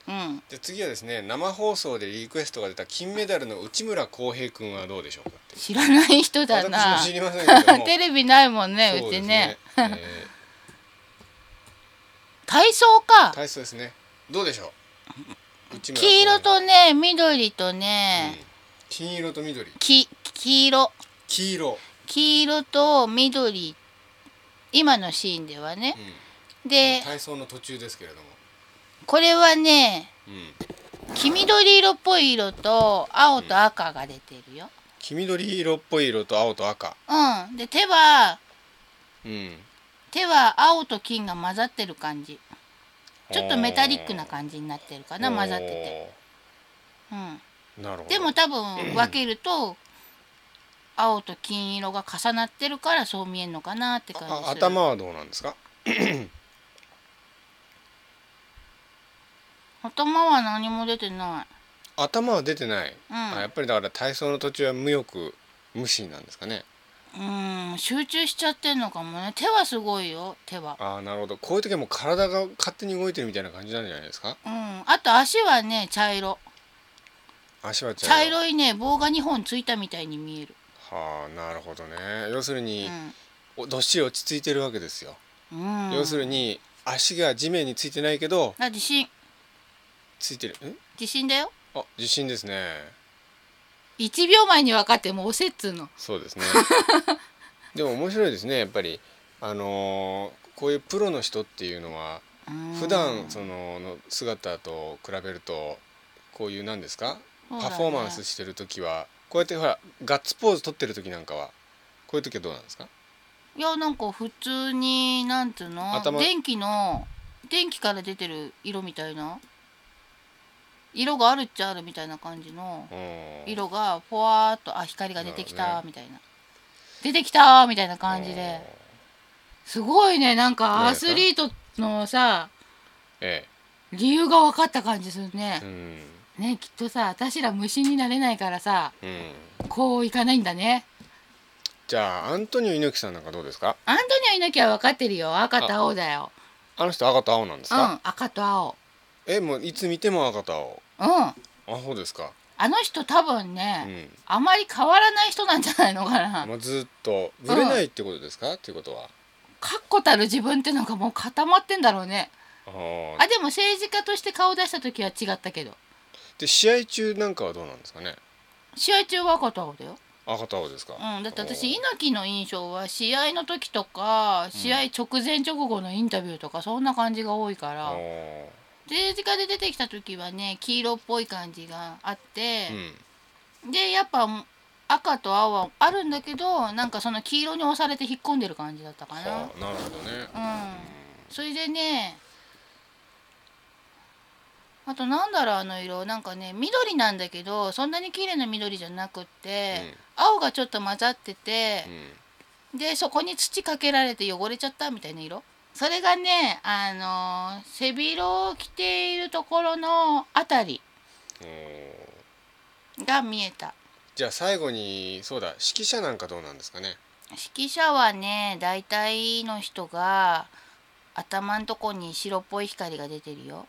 S2: うん
S1: うん
S2: じゃあ次はですね生放送でリクエストが出た金メダルの内村航平君はどうでしょうかっていう
S1: 知らない人だな
S2: 私も知りませんけども
S1: テレビないもんね
S2: そうで
S1: ち
S2: す
S1: ね
S2: えー
S1: 体操か
S2: 体操ですねどうでしょう内村航平
S1: 黄色とね緑とね、
S2: うん金色と緑
S1: き黄色
S2: 黄色、
S1: 黄色と緑今のシーンではね
S2: う
S1: で
S2: ん、体操の途中ですけれども、
S1: これはね
S2: うん、
S1: 黄緑色っぽい色と青と赤が出てるよ。
S2: 黄緑色っぽい色と青と赤、
S1: うん、で手は
S2: うん、
S1: 手は青と金が混ざってる感じちょっとメタリックな感じになってるかな混ざってて、
S2: お
S1: うん、
S2: ーなるほど
S1: でも多分分けると青と金色が重なってるからそう見えるのかなって感じする
S2: あ頭はどうなんですか
S1: 頭は何も出てな
S2: 頭は出てない、
S1: うん
S2: あやっぱりだから体操の途中は無欲無心なんですかね
S1: いうん集中しちゃってんのかもね手はすごいよ手は
S2: ああなるほどこういう時はもう体が勝手に動いてるみたいな感じなんじゃないですか
S1: うんあと足はね茶色
S2: 足は茶色
S1: 茶色いね棒が2本ついたみたいに見える
S2: はあなるほどね要するに、
S1: う
S2: おどっしり落ち着いてるわけですよ、
S1: ん、うん、
S2: 要するに足が地面についてないけど
S1: あ地震
S2: ついてるん
S1: 地震だよ
S2: あ地震ですね
S1: 1秒前に分かってもう押せっつうの
S2: そうで すねでも面白いですねやっぱりあのーこういうプロの人っていうのは
S1: うん
S2: 普段そのの姿と比べるとこういう何ですか、
S1: そうだね
S2: パフォーマンスしてる時はこうやってほらガッツポーズ取ってる時なんかはこういう時はどうなんですか
S1: いやなんか普通になんつうの
S2: 頭
S1: 電気の電気から出てる色みたいな色があるっちゃあるみたいな感じの
S2: うん
S1: 色がぽわーっとあ光が出てき
S2: なるほ
S1: た
S2: ど
S1: みたいな、出てきたみたいな感じですごいねなんかアスリートのさ
S2: え
S1: 理由が分かった感じする
S2: え
S1: ね
S2: う、ん
S1: ねきっとさ私ら虫になれないからさ
S2: うん
S1: こういかないんだね
S2: じゃあアントニオ猪木さんなんかどうですか
S1: アントニオ猪木は分かってるよ赤と青だよ
S2: あの人赤と青なんです
S1: う
S2: か、
S1: ん赤と青
S2: えもういつ見ても赤と青
S1: うん
S2: あそうですか
S1: あの人多分
S2: う
S1: ね、
S2: ん
S1: あまり変わらない人なんじゃないのかな。
S2: もうずっとぶれないってことですか、っていうことは
S1: 確固たる自分ってのがもう固まってんだろうね。
S2: あー
S1: あでも政治家として顔出した時は違ったけど
S2: で試合中なんかはどうなんですかね
S1: 試合中は赤と青だよ。
S2: 赤と青ですか、
S1: うん、だって私
S2: おー
S1: 猪木の印象は試合の時とか試合直前直後のインタビューとかそんな感じが多いから、
S2: お
S1: 政治家で出てきた時はね黄色っぽい感じがあって
S2: ーう、ん
S1: でやっぱ赤と青はあるんだけどなんかその黄色に押されて引っ込んでる感じだったかな
S2: は。あなるほどね
S1: うんそれでねあとなんだろうあの色なんかね緑なんだけどそんなに綺麗な緑じゃなくって、青がちょっと混ざってて
S2: う、ん
S1: でそこに土かけられて汚れちゃったみたいな色それがねあのー背広を着ているところのあたり
S2: うんおー
S1: が見えた
S2: じゃあ最後にそうだ指揮者なんかどうなんですかね
S1: 指揮者はね大体の人が頭んとこに白っぽい光が出てるよ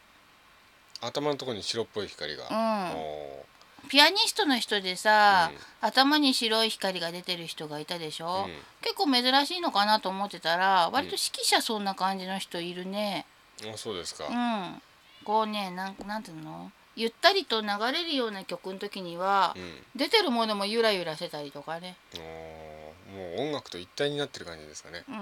S2: 頭のところに白っぽい光
S1: う
S2: が、
S1: ん
S2: お
S1: ピアニストの人でさ、頭に白い光が出てる人がいたでし
S2: ー
S1: ょ、
S2: うん
S1: 結構珍しいのかなと思ってたら割と指揮者そんな感じの人いるね
S2: あそうですか、
S1: うん、こうねなんなんていうのゆったりと流れるような曲の時には、
S2: うん
S1: 出てるものもゆらゆらしてたりとかね
S2: おーもう音楽と一体になってる感じですかね、
S1: う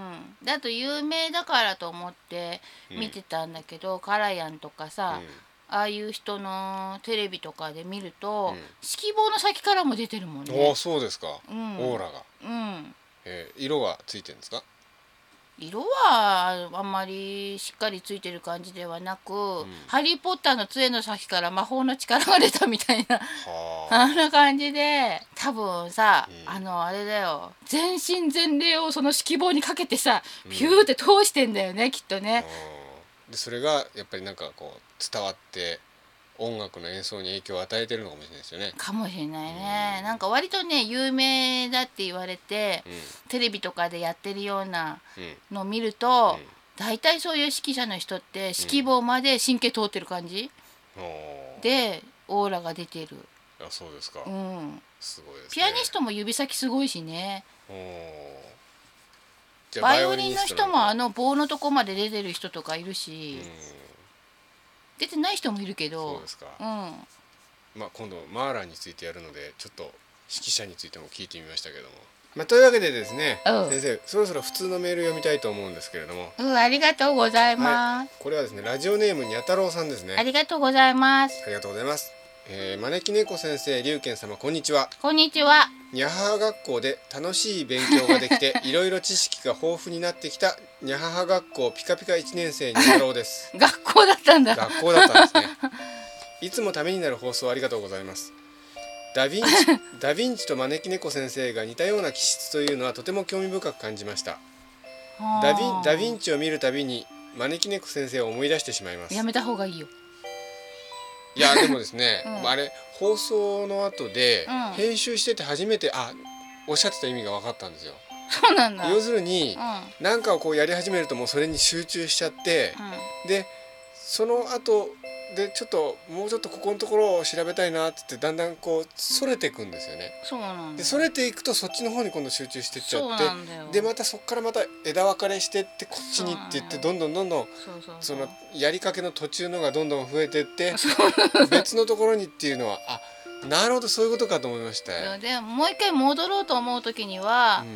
S1: んだと有名だからと思って
S2: うん
S1: 見てたんだけど、カラヤンとかさ、
S2: う
S1: ああいう人のテレビとかで見ると、
S2: うん
S1: 指揮棒の先からも出てるもん
S2: ん、お
S1: ね
S2: ーそうですか、
S1: うん
S2: オーラが、
S1: うん
S2: えー、色がついてるんですか、
S1: 色はあんまりしっかりついてる感じではなく「
S2: ん
S1: ハリー・ポッター」の杖の先から魔法の力が出たみたいな
S2: は
S1: あ
S2: あ
S1: んな感じで多分さ、
S2: うん
S1: あのあれだよ全身全霊をその指揮棒にかけてさピューって通してんだよねきっとね。
S2: うんでそれがやっぱりなんかこう伝わって音楽の演奏に影響を与えてるのかもしれないですよね。
S1: かもしれないね、なんか割とね有名だって言われて、
S2: う
S1: テレビとかでやってるようなん
S2: うん
S1: のを見ると、
S2: うん
S1: 大体そういう指揮者の人って指揮棒まで神経通ってる感じ、
S2: おー
S1: でオーラが出てる。
S2: あそうですか、
S1: うん、
S2: すごいです、ね、
S1: ピアニストも指先すごいしね
S2: おーじゃあ
S1: バイオリンの人もあ
S2: の、
S1: の棒のとこまで出てる人とかいる
S2: う
S1: し
S2: ん、、
S1: 出てない人もいるけ
S2: そう
S1: ど
S2: ですか、
S1: うん
S2: まあ、今度マーラーについてやるのでちょっと指揮者についても聞いてみましたけども、まあ、というわけでですね、
S1: うん
S2: 先生そろそろ普通のメール読みたいと思うんですけれども
S1: うんありがとうございます、
S2: これはですねラジオネームにゃたろうさんですね
S1: ありがとうございます
S2: ありがとうございます、えー、招き猫先生龍賢様こんにちは
S1: こんにちは
S2: ニャハハ学校で楽しい勉強がで きていろいろ知識が豊富になってきたニャハハ学校ピカピカ1年生にゃたろうです
S1: 学校だったんだ
S2: 学校だったんですねいつもためになる放送ありがとうございますダヴィン チダヴィンチと招き猫先生が似たような気質というのはとても興味深く感じましたダヴィンダヴィンチを見るたびに招き猫先生を思い出してしまいます
S1: やめた方がいいよ
S2: いやでもですね、
S1: うん
S2: あれ放送の後で
S1: うん
S2: 編集してて初めてあおっしゃってた意味が分かったんですよ
S1: そうなんだうん
S2: 要するに何かをこうやり始めるともうそれに集中しちゃってでその後でちょっともうちょっとここのところを調べたいなって言ってだんだんこうそれていくんですよね
S1: そうなんだ
S2: でそれていくとそっちの方に今度集中してっちゃ
S1: そう
S2: っ
S1: なんだよ
S2: てでまたそこからまた枝分かれしてってこっちにって言ってどんどんどんどん
S1: そうそう
S2: そ
S1: そう
S2: のやりかけの途中のがどんどん増えてって
S1: そう
S2: 別のところにっていうのはあなるほどそういうことかと思いましたよ。
S1: でもう一回戻ろうと思う時に
S2: う
S1: は、
S2: ん、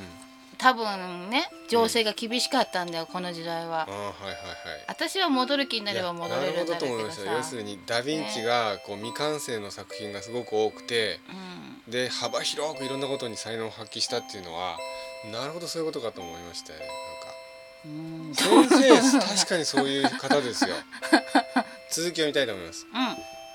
S1: 多分ね情勢が厳しかったんだよこの時代は
S2: あ、ーはいはいはい。
S1: 私は戻る気にないれば
S2: や
S1: 戻れ
S2: な
S1: る
S2: る
S1: ん
S2: ほど
S1: だ
S2: と
S1: ろ
S2: 思
S1: う
S2: い
S1: けど
S2: まし
S1: さ、
S2: た要するにダ・ヴィンチがこう未完成の作品がすごく多くて
S1: うん、
S2: で幅広くいろんなことに才能を発揮したっていうのはなるほどそういうことかと思いましたよ
S1: うん、うん、
S2: なんか先生確かにそういう方です よ続きを見たいと思います、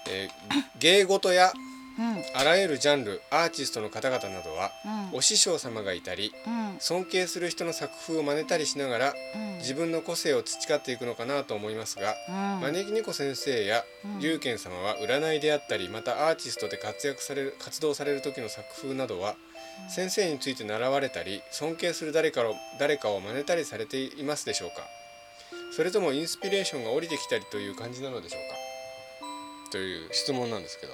S2: えー芸事や
S1: うん、
S2: あらゆるジャンルアーティストの方々などは
S1: うん、
S2: お師匠様がいたり
S1: うん、
S2: 尊敬する人の作風を真似たりしながら
S1: うん、
S2: 自分の個性を培っていくのかなと思いますが招き猫先生や
S1: うん
S2: 龍賢様は占いであったりまたアーティストで活躍される活動される時の作風などは先生について習われたり尊敬する誰かを誰かを真似たりされていますでしょうかそれともインスピレーションが降りてきたりという感じなのでしょうかという質問なんですけど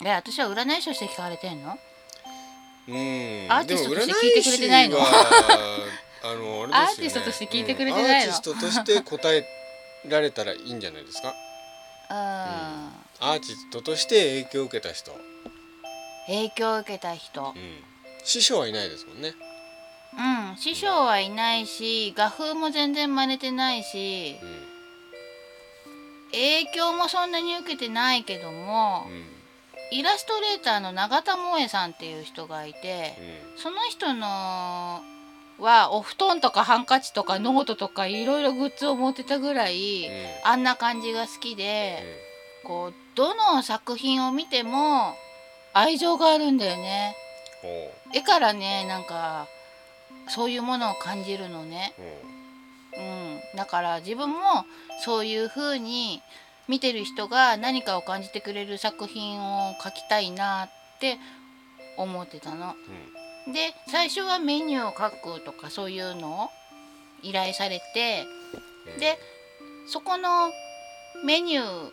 S1: うん、え、私は占い師として聞かれてんの？
S2: うーん
S1: アーティストとして聞いてくれてないの
S2: でも占師はあ のあれですよね
S1: アーティストとして聞いてくれてないの
S2: うんアーティストとして答えられたらいいんじゃないですか
S1: うん、
S2: アーティストとして影響を受けた人、う
S1: 影響を受けた人。
S2: ん、師匠はいないですもんね、
S1: うん、師匠はいないし、画風も全然真似てないし、
S2: うん
S1: 影響もそんなに受けてないけども、
S2: うん
S1: イラストレーターの永田萌絵さんっていう人がいて、
S2: う
S1: その人のはお布団とかハンカチとかノートとかいろいろグッズを持ってたぐらい、
S2: んうん
S1: あんな感じが好きで。こうどの作品を見ても愛情があるんだよね
S2: うんおう
S1: 絵からねなんかそういうものを感じるのね、
S2: お
S1: う
S2: う
S1: ん、だから自分もそういう風に見てる人が何かを感じてくれる作品を描きたいなって思ってたの。で最初はメニューを描くとかそういうのを依頼されて
S2: うんうん
S1: でそこのメニュー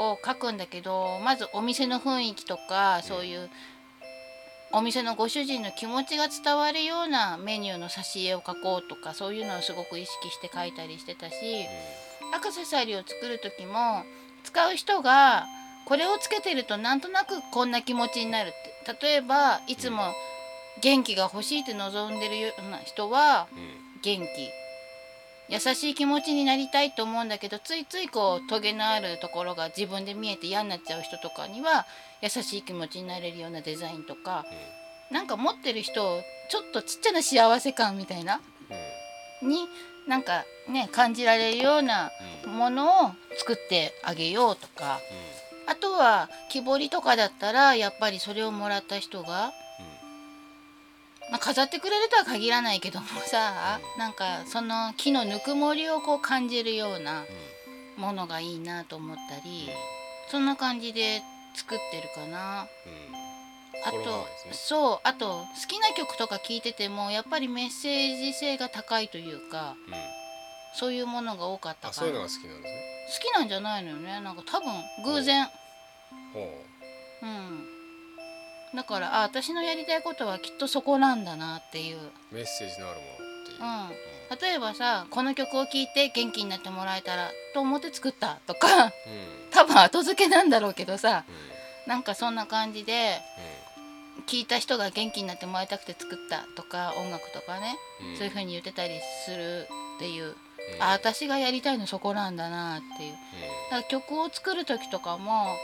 S1: を書くんだけどまずお店の雰囲気とかそういうお店のご主人の気持ちが伝わるようなメニューの挿絵を描こうとかそういうのをすごく意識して描いたりしてたしアクセサリーを作る時も使う人がこれをつけてるとなんとなくこんな気持ちになるって例えばいつも元気が欲しいって望んでるような人は
S2: うんうん
S1: 元気優しい気持ちになりたいと思うんだけどついついこうトゲのあるところが自分で見えて嫌になっちゃう人とかには優しい気持ちになれるようなデザインとかなんか持ってる人をちょっとちっちゃな幸せ感みたいな
S2: うん
S1: になんかね感じられるような
S2: うん
S1: ものを作ってあげようとかあとは木彫りとかだったらやっぱりそれをもらった人がまあ、飾ってくれるとは限らないけどもさ、
S2: う
S1: なんかその木のぬくもりをこう感じるような
S2: うん
S1: ものがいいなと思ったり、
S2: うん
S1: そんな感じで作ってるかな。あ
S2: うん
S1: と、
S2: 心構えですね
S1: そうあと好きな曲とか聴いててもやっぱりメッセージ性が高いというか
S2: うん
S1: そういうものが多かった
S2: あ
S1: か
S2: そう
S1: ら
S2: いう
S1: 好
S2: のが好きなんですね
S1: きなんじゃないのよねなんか多分偶然
S2: おう
S1: うんだからあ私のやりたいことはきっとそこなんだなっていう
S2: メッセージのあるものっていう、
S1: うん
S2: うん
S1: 例えばさこの曲を聴いて元気になってもらえたらと思って作ったとか
S2: うんうん
S1: 多分後付けなんだろうけどさなんかそんな感じで聴いた人が元気になってもらいたくて作ったとか音楽とかね、
S2: うん
S1: そういう風に言ってたりするっていう、
S2: うん
S1: あ私がやりたいのそこなんだなっていう
S2: うん
S1: だから曲を作る時とかも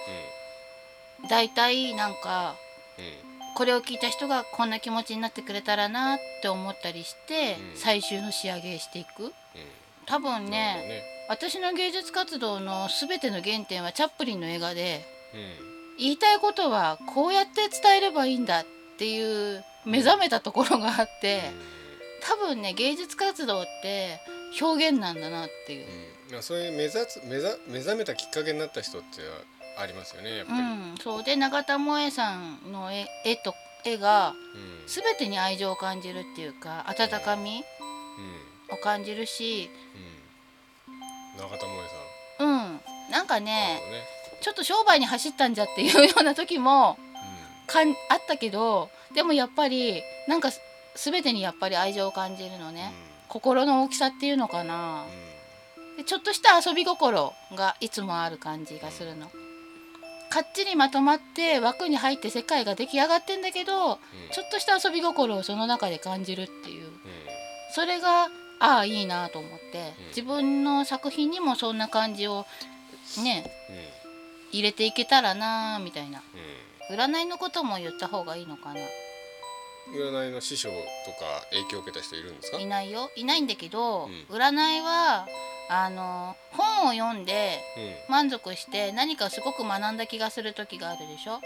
S2: うん
S1: だいたいなんか
S2: うん
S1: これを聞いた人がこんな気持ちになってくれたらなって思ったりして、
S2: うん
S1: 最終の仕上げしていく
S2: う
S1: 多分
S2: ん
S1: ね、
S2: なる
S1: 私の芸術活動の全ての原点はチャップリンの映画で
S2: ほどね
S1: 言いたいことはこうやって伝えればいいんだっていう目覚めたところがあって多分ね芸術活動って表現なんだなっていう
S2: う、んうん、そういう目指す目ざ目覚めたきっかけになった人ってありますよねやっぱ
S1: う
S2: り、
S1: ん、そうで永田萌絵さんの絵絵と絵が
S2: うん
S1: 全てに愛情を感じるっていうか温かみを感じるし
S2: うんうん、中田萌さん
S1: うんなんかね
S2: そうね、
S1: ちょっと商売に走ったんじゃっていうような時も
S2: う
S1: かんあったけどでもやっぱりなんか全てにやっぱり愛情を感じるの
S2: ん
S1: ね、心の大きさっていうのかな
S2: うん、
S1: でちょっとした遊び心がいつもある感じがするの。かっちりまとまって枠に入って世界が出来上がってんだけど
S2: うん
S1: ちょっとした遊び心をその中で感じるっていう
S2: うん
S1: それがああいいなと思って
S2: うん
S1: 自分の作品にもそんな感じをね
S2: うんうん
S1: 入れていけたらなみたいな占いのことも言った方がいいのかな
S2: 占いの師匠とか影響を受けた人いるんですか
S1: いないよいないんだけど
S2: う
S1: 占いはあの本を読んで
S2: うんうん
S1: 満足して何かすごく学んだ気がする時があるでしょ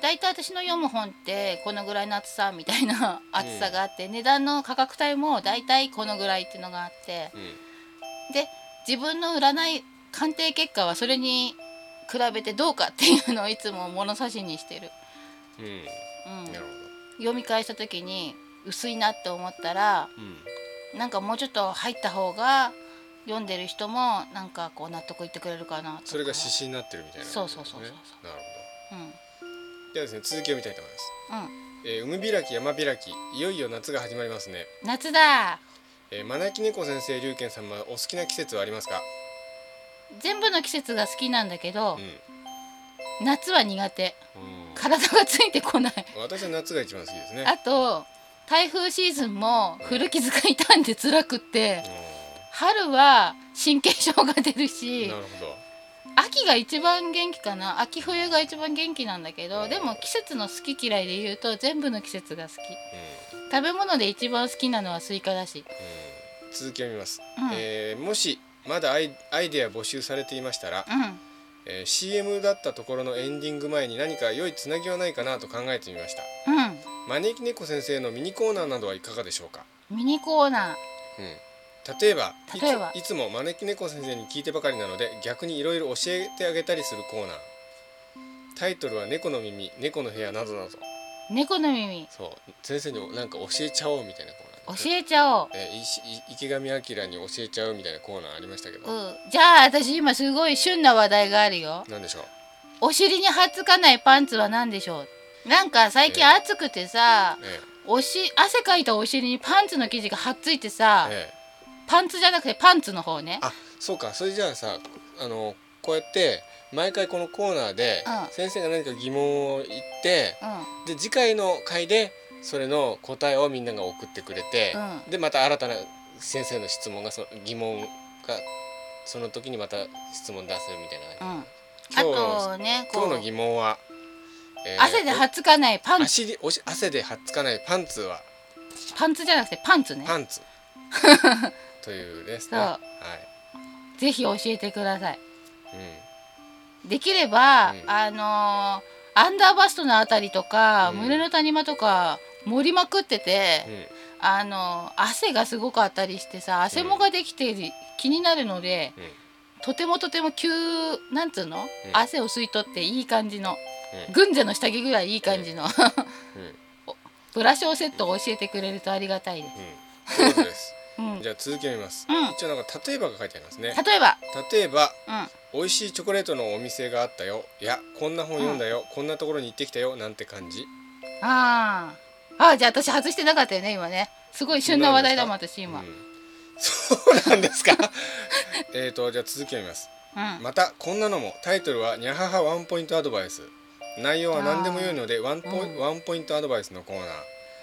S1: 大体私の読む本ってこのぐらいの厚さみたいな厚さがあって、値段の価格帯も大体このぐらいっていうのがあって
S2: うん
S1: 自分の占い鑑定結果はそれに比べてどうかっていうのをいつも物差しにしてる、
S2: うん
S1: うん
S2: なるほど
S1: 読み返した時に薄いなって思ったら
S2: うん
S1: なんかもうちょっと入った方が読んでる人もなんかこう納得いってくれるかなとか
S2: それが指針になってるみたいなことです
S1: そうそ
S2: ね
S1: うそうそうそ
S2: なるほ
S1: うん
S2: どではですね続きを見たいと思います、
S1: うん
S2: えー、海開き山開きいよいよ夏が始まりますね、
S1: 夏だ
S2: えー、招き猫先生龍賢さんはお好きな季節はありますか
S1: 全部の季節が好きなんだけど
S2: うん、、
S1: 夏は苦手
S2: うん、
S1: 体がついてこない
S2: 私は夏が一番好きですね
S1: あと台風シーズンも古傷が痛んで辛くって春は神経症が出る
S2: うん
S1: し
S2: なるほど
S1: 秋が一番元気かな秋冬が一番元気なんだけどでも季節の好き嫌いで言うと全部の季節が好き
S2: うん
S1: 食べ物で一番好きなのはスイカだし、
S2: うん続きを見ます、
S1: うん
S2: えーもしまだアイアイデア募集されていましたら、
S1: うん、
S2: えー CM だったところのエンディング前に何か良いつなぎはないかなと考えてみました招き猫先生のミニコーナーなどはいかがでしょうか、
S1: うん、ミニコーナー
S2: うん、例えばいつ
S1: 例えば
S2: いつも招き猫先生に聞いてばかりなので逆にいろいろ教えてあげたりするコーナータイトルは「猫の耳」「猫の部屋」などなど
S1: 猫の耳
S2: そう先生になんか教えちゃおうみたいなコーナー
S1: 教
S2: です
S1: えちゃおう、
S2: えーいしい池上彰に教えちゃうみたいなコーナーありましたけど、
S1: うん、じゃあ私今すごい旬な話題があるよ
S2: なんでしょう
S1: お尻にはっつかないパンツは何でしょうなんか最近暑くてさ、
S2: え
S1: おし汗かいたお尻にパンツの生地がはっついてさ、
S2: えええ
S1: パンツじゃなくてパンツの方ね
S2: あそうかそれじゃあさあのこうやって毎回このコーナーで
S1: うん
S2: 先生が何か疑問を言って
S1: うん
S2: で次回の回でそれの答えをみんなが送ってくれて、でまた新たな先生の質問がその疑問がその時にまた質問出すみたいな
S1: う
S2: 感
S1: ん
S2: じ、
S1: あ
S2: 今日の
S1: とねこ
S2: 今日
S1: う
S2: の疑問は、えー
S1: 汗ではっつかないパンツ
S2: 足におし汗ではっつかないパンツは
S1: パンツじゃなくてパンツね
S2: パン ツというですね。
S1: そう
S2: は
S1: ぜひ教えてください
S2: い。うん。
S1: できれば、
S2: うん
S1: あのーアンダーバストのあたりとか、
S2: うん
S1: 胸の谷間とか盛りまくってて、
S2: うん。
S1: あのー汗がすごかったりしてさ汗もができて気になるので、
S2: うん
S1: とてもとても急なんつうの、
S2: ん
S1: 汗を吸い取っていい感じの、
S2: うん
S1: 軍勢の下着ぐらいいい感じの、
S2: うん。
S1: ブラショーセットを教えてくれるとありがたいです。
S2: うん。そういうことです。
S1: うん、例
S2: じゃあ続きを見ます、
S1: うん
S2: 一応なんか例えばが書いてありますね
S1: えば、
S2: 例えば
S1: うん、
S2: 美味しいチョコレートのお店があったよいやこんな本読んだよ、こんなところに行ってきたよなんて感じ
S1: あーあーじゃあ私外してなかったよね今ねすごい旬な話題だもん私今、
S2: う
S1: うんん
S2: そうなんですか えーとじゃあ続きを見ますまたこんなのもタイトルはにゃははワンポイントアドバイス内容は何でも良いのでワンポイ、
S1: うん
S2: ワンポイントアドバイスのコー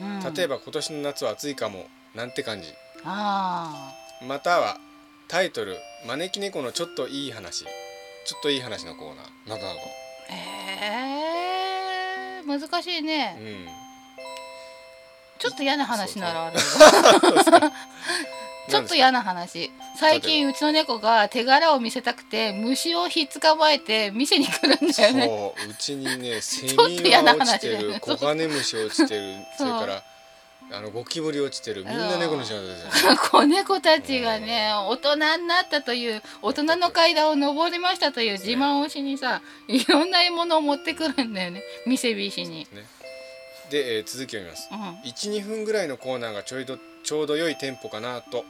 S1: うん
S2: ナー例え
S1: ば
S2: ば今年の夏は暑いかもなんて感じ
S1: あ
S2: またはタイトル招き猫のちょっといい話ちょっといい話のコーナーなどなど
S1: ーえー、難しいね
S2: うん
S1: ちょっと嫌な話ならあるけどちょっと嫌な話最近うちの猫が手柄を見せたくて虫をひっつかまえて店に来るんだよね
S2: そううちに ねセミ
S1: ょっと嫌な
S2: が
S1: 話
S2: 落ちて
S1: だよ
S2: る
S1: ね
S2: コガネムシ落ちてる
S1: そ
S2: そうれからあのゴキブリ落ちてるみんな猫の仕業ですよね
S1: 子猫たちがね大人になったという大人の階段を登りましたという自慢をしにさいろんな獲物を持ってくるんだよね店びしに。
S2: で、えー続きを見ます
S1: うん
S2: 12分ぐらいのコーナーがちょいどちょうど良いテンポかなと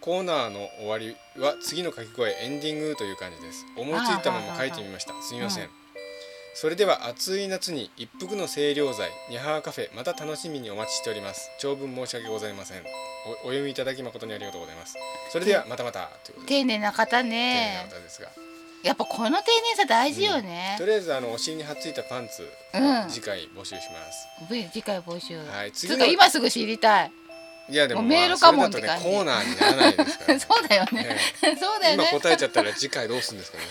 S2: コーナーの終わりは次の掛け声エンディングという感じです思いついたまま書いてみましたすみません、
S1: うん
S2: それでは暑い夏に一服の清涼剤ニハーカフェまた楽しみにお待ちしております長文申し訳ございませんおお読みいただき誠にありがとうございますそれではまたまたということで
S1: 丁寧な方
S2: 丁寧な
S1: ね
S2: 方ですが
S1: やっぱこの丁寧さ大事よね
S2: と、りあえずあのお尻に貼っついたパンツ、
S1: うん
S2: 次回募集します
S1: ぜひ次回募集、
S2: はい
S1: つ
S2: 次
S1: う
S2: の
S1: か今すぐ知りたい
S2: いやでも,、
S1: も
S2: ま
S1: う
S2: あ、
S1: メールかも
S2: それ
S1: って
S2: だ
S1: 感じ
S2: とねコーナーにならないですから、
S1: そうだよね
S2: ね
S1: そうだよ
S2: 今
S1: ね
S2: 答えちゃったら次回どう するんですかね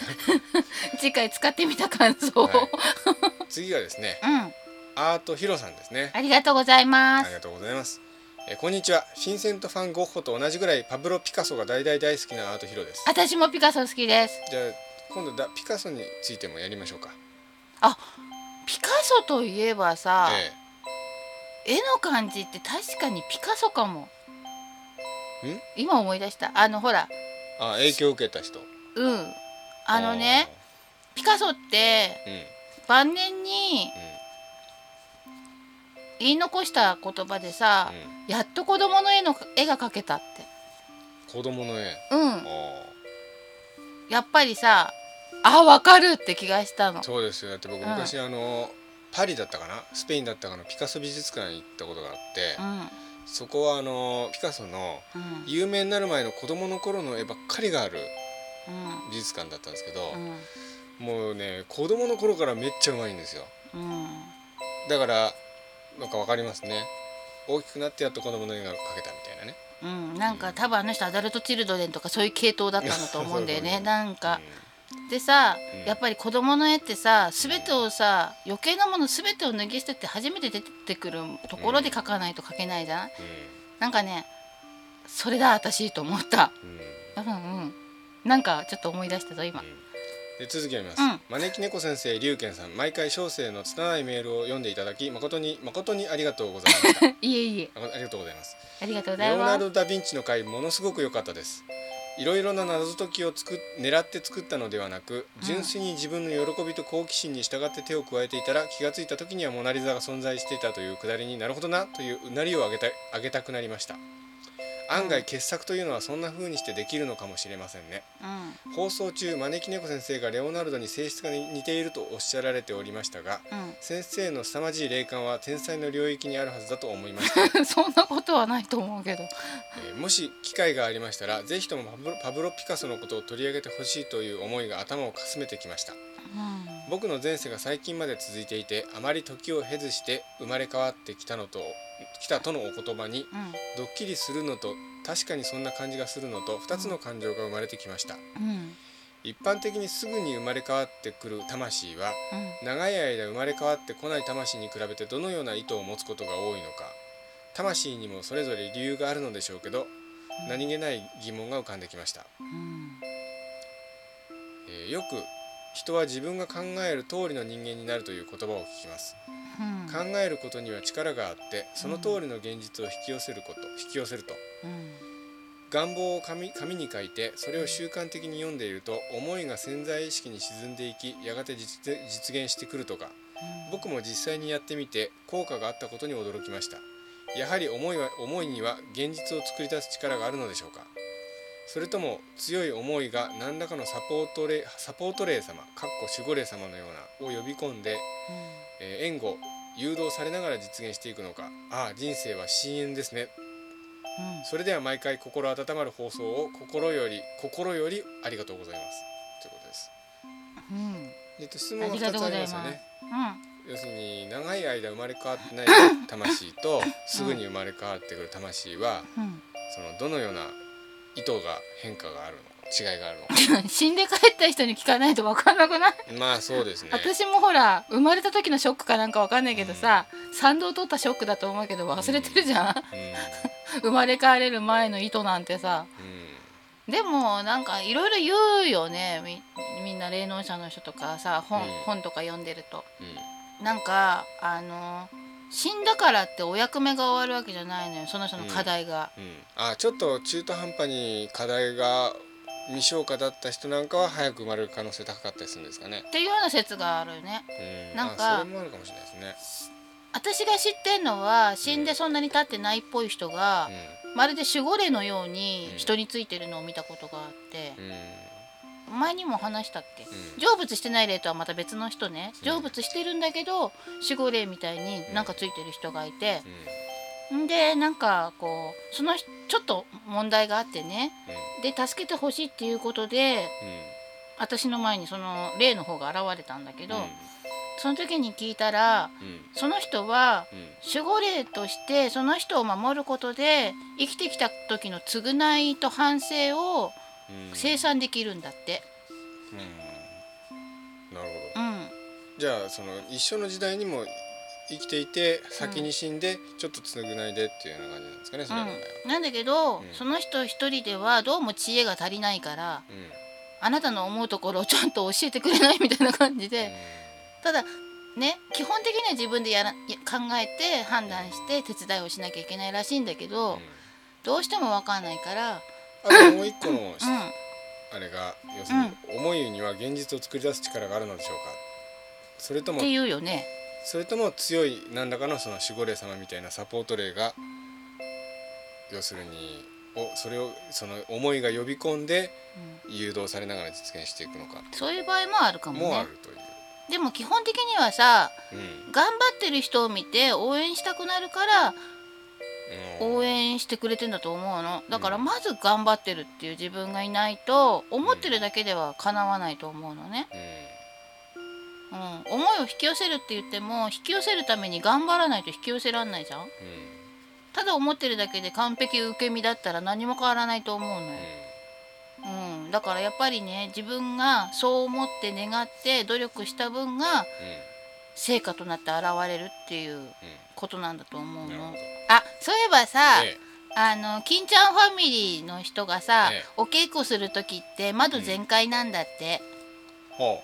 S1: 次回使ってみた感想を、
S2: はい次がですね
S1: うん
S2: アートヒロさんですね
S1: ありがとうございま
S2: あ
S1: す
S2: りがとうございますえーこんにちはシンセントファンゴッホと同じぐらいパブロ・ピカソが大大大好きなアートヒロです
S1: 私もピカソ好きです
S2: じゃあ今度だピカソについてもやりましょうか
S1: ピカソといえばさ、
S2: え
S1: 絵の感じって確かにピカソかも
S2: ん
S1: 今思い出したあのほら
S2: えあ影響を受けた人
S1: うんあのねピカソって
S2: うんうん
S1: 晩年に言い残した言葉でさ、
S2: うん
S1: やっと子供の絵の絵が描けたっ
S2: 子供の絵
S1: てうん
S2: あ
S1: やっぱりさあわかるって気がしたの
S2: ーそうですよだって僕
S1: うん
S2: 昔、あのパリだったかなスペインだったかなピカソ美術館に行ったことがあって、
S1: うんうん
S2: そこはあのピカソの有名になる前の子供の頃の絵ばっかりがある
S1: うん
S2: 美術館だったんですけど、
S1: うん
S2: もうね子供の頃からめっちゃうまいんですよ
S1: うん
S2: だからなんかわかりますね大きくなってやっと子供の絵が描けたみたいなね
S1: うん、なんか多分あの人アダルトチルドレンとかそういう系統だったんだと思うんだよ
S2: そう
S1: ね
S2: そうそう
S1: なんか
S2: うん
S1: でさ、
S2: うん
S1: やっぱり子供の絵ってさ全てをさ余計なもの全てを脱ぎ捨てて初めて出てくるところで描かないと描けないじゃん、なんかねそれだ私と思った
S2: うんうん
S1: うんうんなんかちょっと思い出したぞ今、
S2: で続きを見ます、
S1: うん
S2: 招き猫先生龍賢さん毎回小生の拙いメールを読んでいただき誠に誠にありがとうございました
S1: いえいえ
S2: あありがとうございます
S1: ありがとうござ
S2: レ
S1: い
S2: オナ
S1: ま
S2: ル
S1: す
S2: ド・ダ・ヴィンチの回ものすごく良かったですいろいろな謎解きをつく狙って作ったのではなく
S1: うん
S2: 純粋に自分の喜びと好奇心に従って手を加えていたら気がついた時にはモナ・リザが存在していたというくだりになるほどなといううなりをあげたあげたくなりました案
S1: う
S2: 外
S1: ん
S2: 傑作というのはそんな風にしてできるのかもしれませんね
S1: うん
S2: 放送中招き猫先生がレオナルドに性質が似ているとおっしゃられておりましたが先生の凄まじい霊感は天才の領域にあるはずだと思いました
S1: うん、そんなことはないと思うけど
S2: えーもし機会がありましたらぜひともパブロパブロ・ピカソのことを取り上げてほしいという思いが頭をかすめてきました
S1: うん
S2: 僕の前世が最近まで続いていてあまり時を経ずして生まれ変わってきたのと来たとのお言葉にドッキリするのと確かにそんな感じがするのと2つの感情が生まれてきました
S1: うんうん
S2: 一般的にすぐに生まれ変わってくる魂は
S1: うん
S2: 長い間生まれ変わってこない魂に比べてどのような意図を持つことが多いのか魂にもそれぞれ理由があるのでしょうけど何気ない疑問が浮かんできました、
S1: うん
S2: えーよく人は自分が考える通りの人間になるという言葉を聞きます
S1: うん
S2: 考えることには力があってその通りの現実を引き寄せること引き寄せると
S1: うん
S2: 願望を紙紙に書いてそれを習慣的に読んでいると思いが潜在意識に沈んでいきやがて実実現してくるとか僕も実際にやってみて効果があったことに驚きましたやはり思いは思いには現実を作り出す力があるのでしょうかそれとも強い思いが何らかのサポート霊サポート霊様かっこ守護霊様のようなを呼び込んで、えー援護誘導されながら実現していくのかああ人生は深淵ですね
S1: うん
S2: それでは毎回心温まる放送を心より心よりありがとうございますということです
S1: うん
S2: えっと質問が
S1: ありが
S2: 2
S1: とう
S2: つ
S1: ご
S2: あ
S1: ざい
S2: り
S1: ま
S2: ますすよね
S1: う
S2: 要するに長い間生まれ変わってない魂とすぐに生まれ変わってくる魂は
S1: んうん
S2: そのどのような意図が変化があるの違いがある
S1: 死んで帰った人に聞かないと分かんなくない、
S2: のまあそうですね
S1: 私もほら生まれた時のショックかなんか分かんないけどさ、賛同を取ったショックだと思うけど忘れてるじゃん、
S2: うん
S1: 生まれ変われる前の糸なんてさ
S2: うん
S1: でもなんかいろいろ言うよねみみんな霊能者の人とかさ本,、
S2: うん
S1: 本とか読んでると
S2: うん
S1: なんかあの死んだからってお役目が終わるわけじゃないのよその人の課題が、
S2: うんあちょっと中途半端に課題が未消化だった人なんかは早く生まれる可能性高かったりするんですかね。
S1: っていうような説があるよね
S2: うん、
S1: なんか
S2: あそれもあるかもしれないですね。
S1: 私が知ってんのは死んでそんなに経ってないっぽい人が、まるで守護霊のように
S2: うん
S1: 人についてるのを見たことがあって
S2: う、ん、うん、
S1: 前にも話したっけ
S2: うん
S1: 成仏してない霊とはまた別の人ね
S2: うん
S1: 成仏してるんだけど守護霊みたいになんかついてる人がいて
S2: うん、
S1: んでなんかこうその人ちょっと問題があってね
S2: うん、
S1: で助けてほしいっていうことで私の前にその霊の方が現れたんだけど、その時に聞いたら
S2: うん、うん、
S1: その人は
S2: うん、
S1: 守護霊としてその人を守ることで生きてきた時の償いと反省を
S2: うん、
S1: 清算できるんだって。
S2: うん、なるほど。
S1: うん、
S2: じゃあその一緒の時代にも生きていて先に死んでちょっとつぐないでっていうような感じなんですかね。それはね
S1: うん、なんだけど、
S2: うん
S1: その人一人ではどうも知恵が足りないから
S2: うん、うん、
S1: あなたの思うところをちゃんと教えてくれないみたいな感じで、ただね基本的には自分でやらいや考えて判断して手伝いをしなきゃいけないらしいんだけど、
S2: うん
S1: どうしても分かんないから、
S2: あともう一個の
S1: うん、
S2: あれが要するに思いには現実を作り出す力があるのでしょうかそれと
S1: っ
S2: も
S1: ていうよね。
S2: それとも強い何らかのその守護霊様みたいなサポート霊が要するにおそれをその思いが呼び込んで
S1: うん
S2: 誘導されながら実現していくのか
S1: そういう場合もあるかもね
S2: もあるという。
S1: でも基本的にはさ
S2: うん
S1: 頑張ってる人を見て応援したくなるから
S2: うん
S1: 応援してくれてんだと思うのだから
S2: うん
S1: まず頑張ってるっていう自分がいないと思ってるだけでは叶わないと思うのね、う
S2: う
S1: ん、思いを引き寄せるって言っても引き寄せるために頑張らないと引き寄せらんないじゃん
S2: んうん
S1: ただ思ってるだけで完璧受け身だったら何も変わらないと思うのよ、うん、だからやっぱりね自分がそう思って願って努力した分が成果となって現れるっていうことなんだと思
S2: うんう
S1: う
S2: んなるほ
S1: の
S2: ど。
S1: あそういえばさ、
S2: え
S1: あの金ちゃんファミリーの人がさ、
S2: ええ
S1: お稽古する時って窓全開なんだって、
S2: えほ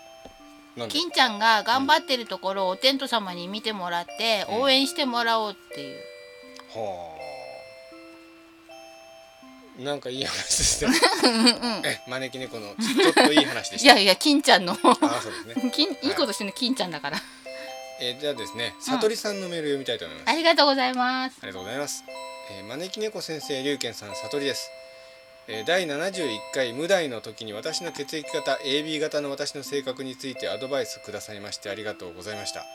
S2: うなんで
S1: 金ちゃんが頑張ってるところをお天道様に見てもらって
S2: うん
S1: 応援してもらおうっていう、
S2: はあなんかいい話ですねえ招き猫のちょっといい話で
S1: い
S2: した
S1: やいや金ちゃん の
S2: ああそうですね
S1: 金いいことしてるの金ちゃんだから
S2: えーじゃあですねさとりさんのメール読みたいと思います、
S1: ありがとうございます
S2: ありがとうございます、えー、招き猫先生龍賢さんさとりですえー第71回無題の時に私の血液型 AB 型の私の性格についてアドバイスくださいましてありがとうございました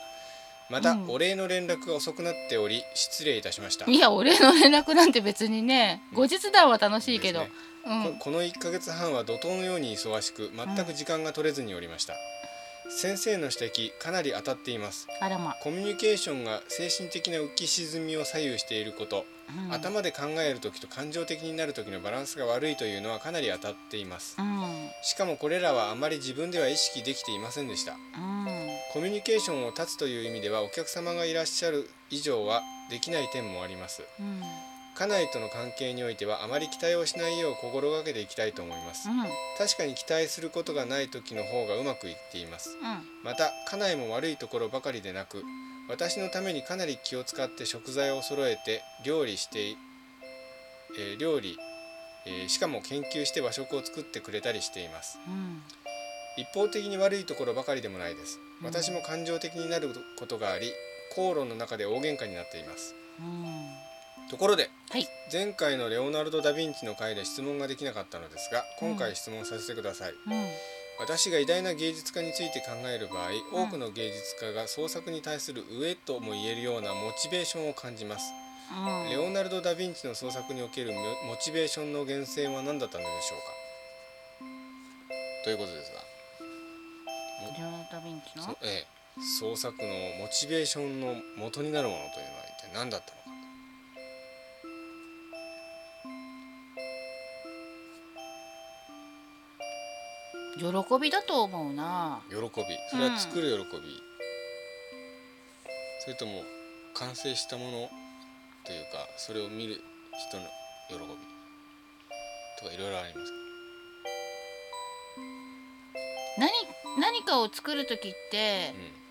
S2: また、
S1: うん
S2: お礼の連絡が遅くなっており失礼いたしました
S1: いや俺の連絡なんて別にね後日談は楽しいけど、
S2: ですね
S1: う
S2: こ
S1: ん
S2: この1ヶ月半は怒涛のように忙しく全く時間が取れずにおりました、先生の指摘かなり当たっています
S1: あらま、
S2: コミュニケーションが精神的な浮き沈みを左右していること、
S1: うん、
S2: 頭で考える時と感情的になる時のバランスが悪いというのはかなり当たっています
S1: うん
S2: しかもこれらはあまり自分では意識できていませんでした
S1: うん
S2: コミュニケーションを断つという意味ではお客様がいらっしゃる以上はできない点もあります
S1: うん
S2: 家内との関係においてはあまり期待をしないよう心がけていきたいと思います
S1: うん
S2: 確かに期待することがない時の方がうまくいっています
S1: うん
S2: また家内も悪いところばかりでなく私のためにかなり気を使って食材を揃えて料理してい、えー料理、えーしかも研究して和食を作ってくれたりしています
S1: うん
S2: 一方的に悪いところばかりでもないです
S1: うん
S2: 私も感情的になることがあり口論の中で大喧嘩になっています
S1: うん
S2: ところで、
S1: はい
S2: 前回のレオナルド・ダ・ヴィンチの回で質問ができなかったのですが今回質問させてください、
S1: うん
S2: 私が偉大な芸術家について考える場合
S1: うん
S2: 多くの芸術家が創作に対する上とも言えるようなモチベーションを感じます、
S1: うん
S2: レオナルド・ダ・ヴィンチの創作におけるモモチベーションの源泉は何だったのでしょうかということです
S1: レオナルド・ヴィンチの
S2: がそ、ええ創作のモチベーションの元になるものというのは一体何だったのか
S1: 喜びだと思うな
S2: 喜びそれは作る喜び、それとも完成したものというかそれを見る人の喜びとかいろいろあります
S1: 何何かを作る時って
S2: うん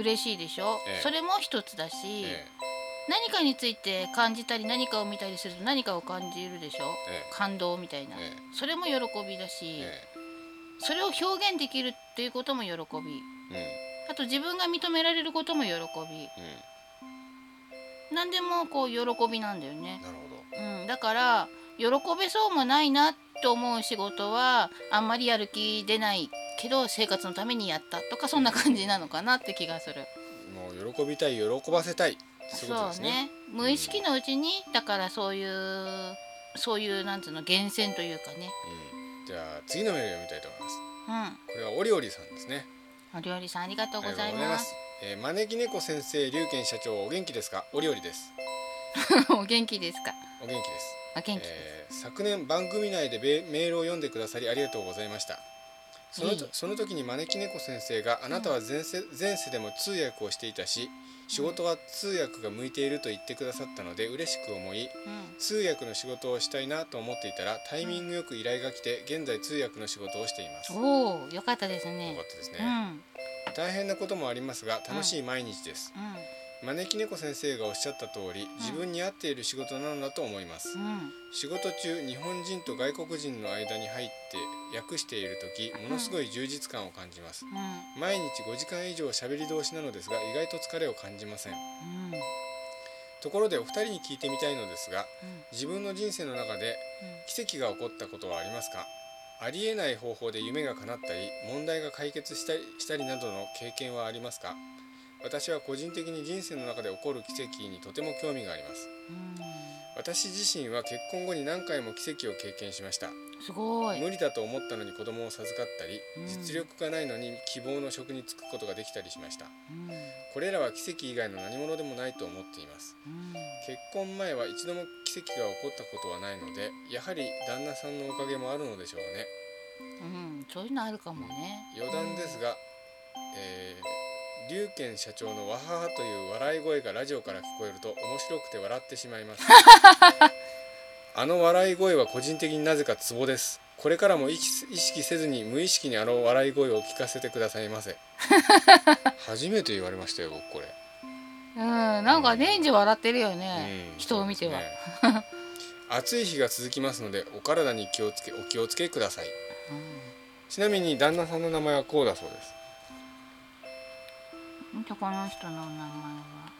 S1: 嬉しいでしょ、
S2: ええ
S1: それも一つだし、
S2: え
S1: 何かについて感じたり何かを見たりすると何かを感じるでしょ、
S2: ええ
S1: 感動みたいな、
S2: ええ
S1: それも喜びだし、
S2: え
S1: それを表現できるっていうことも喜び
S2: え
S1: あと自分が認められることも喜び
S2: うんうん
S1: 何でもこう喜びなんだよね、
S2: なるほど
S1: うん、だから喜べそうもないなと思う仕事はあんまりやる気出ないけど生活のためにやったとかそんな感じなのかなって気がする。
S2: もう喜びたい喜ばせたいそういうことですね
S1: 無意識のうちに、だからそういうそういうなんつうの源泉というかね
S2: うん、じゃあ次のメールを読みたいと思います
S1: う
S2: これはオリオリさんですね
S1: んお料理さんありがとうござい
S2: ありがとうござい
S1: ま
S2: ますす、えー、招き猫先生龍賢社長お元気ですかオリオリです
S1: お元気ですか
S2: お元気です
S1: お元気です、
S2: えー昨年番組内でべメールを読んでくださりありがとうございましたその
S1: いえいえ
S2: その時に招き猫先生が「あなたは前世前世でも通訳をしていたし仕事は通訳が向いている」と言ってくださったので嬉しく思い
S1: うん
S2: 通訳の仕事をしたいなと思っていたらタイミングよく依頼が来て現在通訳の仕事をしていますよか
S1: おおよかったですね
S2: ったです
S1: う
S2: ね
S1: ん
S2: 大変なこともありますが楽しい毎日です招き猫先生がおっしゃった通り自分に合っている仕事なのだと思います
S1: うんうん
S2: 仕事中日本人と外国人の間に入って訳している時ものすごい充実感を感じます
S1: うん
S2: 毎日5時間以上喋り通しなのですが意外と疲れを感じません
S1: うん
S2: ところでお二人に聞いてみたいのですが自分の人生の中で奇跡が起こったことはありますかありえない方法で夢が叶ったり問題が解決したりしたりなどの経験はありますか私は個人的に人生の中で起こる奇跡にとても興味があります
S1: うん
S2: 私自身は結婚後に何回も奇跡を経験しました
S1: うんすごい
S2: 無理だと思ったのに子供を授かったり
S1: うん
S2: 実力がないのに希望の職に就くことができたりしました
S1: うん
S2: これらは奇跡以外の何者でもないと思っています
S1: うん
S2: 結婚前は一度も奇跡が起こったことはないのでやはり旦那さんのおかげもあるのでしょうね
S1: うんそういうのあるかもね
S2: 余談ですが、えー、龍賢社長の「わはは」という笑い声がラジオから聞こえると面白くて笑ってしま いますあの笑い声は個人的になぜかツボですこれからも意識意識せずに無意識にあの笑い声を聞かせてくださ いませ初めて言われましたよ僕これ、
S1: うんなんか年中笑ってるよね
S2: うん
S1: 人を見ては
S2: そうですね暑い日が続きますのでお体に気をつけお気をつけくださいちなみに旦那さんの名前はこうだそうです
S1: 見てこの人の名前は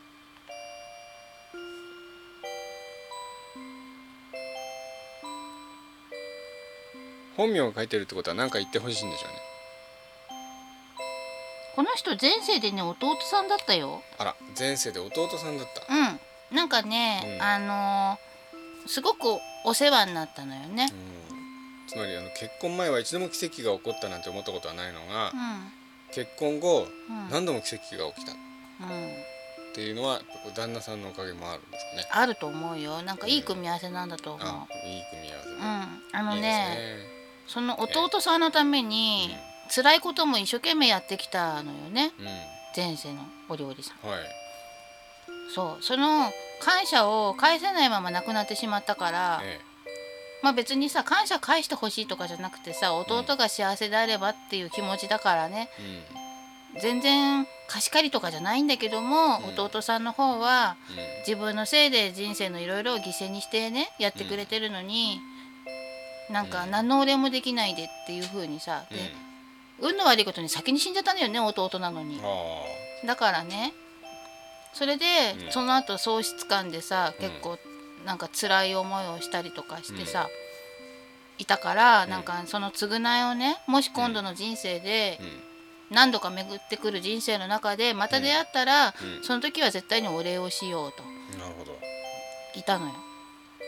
S2: 本名を書いてるってことは何か言ってほしいんでしょうね
S1: この人前世でね弟さんだったよ
S2: あら前世で弟さんだった
S1: うんなんかね、
S2: うん
S1: あのーすごくお世話になったのよね
S2: うんつまりあの結婚前は一度も奇跡が起こったなんて思ったことはないの
S1: う
S2: が
S1: ん
S2: 結婚後
S1: うん、
S2: 何度も奇跡が起きたっ
S1: うん
S2: ていうのはやっぱこう旦那さんのおかげもあるんですかね
S1: あると思うよなんかいい組み合わせなんだと思う、
S2: あいい組み合
S1: うん
S2: わ
S1: あの
S2: せで、
S1: ね
S2: いいです
S1: その弟さんのために、
S2: ね
S1: 辛いことも一生懸命やってきたのよね
S2: うん、う
S1: 前世のお料理さん
S2: ん、はい
S1: そうその感謝を返せないまま亡くなってしまったから、
S2: え
S1: まあ別にさ感謝返してほしいとかじゃなくてさ弟が幸せであればっていう気持ちだからね、
S2: えうん
S1: 全然貸し借りとかじゃないんだけども、
S2: うん
S1: 弟さんの方は
S2: うん
S1: 自分のせいで人生のいろいろを犠牲にしてねやってくれてるのに、なんか
S2: うん
S1: 何のお礼もできないでっていう風にさ、で運の悪いことに先に死んじゃったのよね弟なのに
S2: うん、あ
S1: だからねそれで、
S2: うん
S1: その後喪失感でさ
S2: うん
S1: 結構なんか辛い思いをしたりとかしてさ、いたから、
S2: うん
S1: なんかその償いをねもし今度の人生で、
S2: あ、うん
S1: 何度か巡ってくる人生の中でまた出会ったら、
S2: うん
S1: その時は絶対にお礼をしようと
S2: なるほど
S1: いたのよ。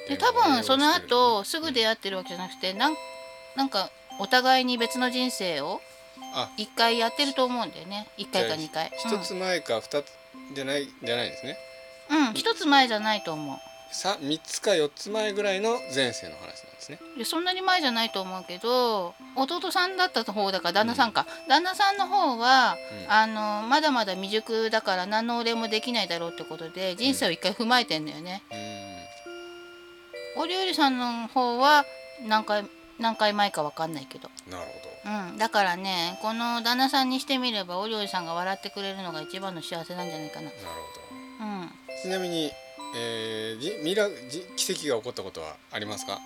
S1: で
S2: で
S1: 多分その後すぐ
S2: 会
S1: 出会ってるわけじゃなくてなんなんかお互いに別の人生を
S2: あ
S1: 一回やってると思うんだよね一回か二回
S2: 一つ前か二つじゃないじゃないですね
S1: うんうん一つ前じゃないと思
S2: さ三つか四つ前ぐらいの前世の話なんですね
S1: うでそんなに前じゃないと思うけど弟さんだった方だから旦那さんか、旦那さんの方は、
S2: うん
S1: あのまだまだ未熟だから何のお礼もできないだろうってことで人生を一回踏まえてんだよね、
S2: うん
S1: お料理さんの方は何回何回前か分かんないけど、
S2: なるほど
S1: うん、だからねこの旦那さんにしてみればお料理さんが笑ってくれるのが一番の幸せなんじゃないかな
S2: なるほど
S1: うん
S2: ちなみに、えー、じミラじ奇跡が起こったことはありますか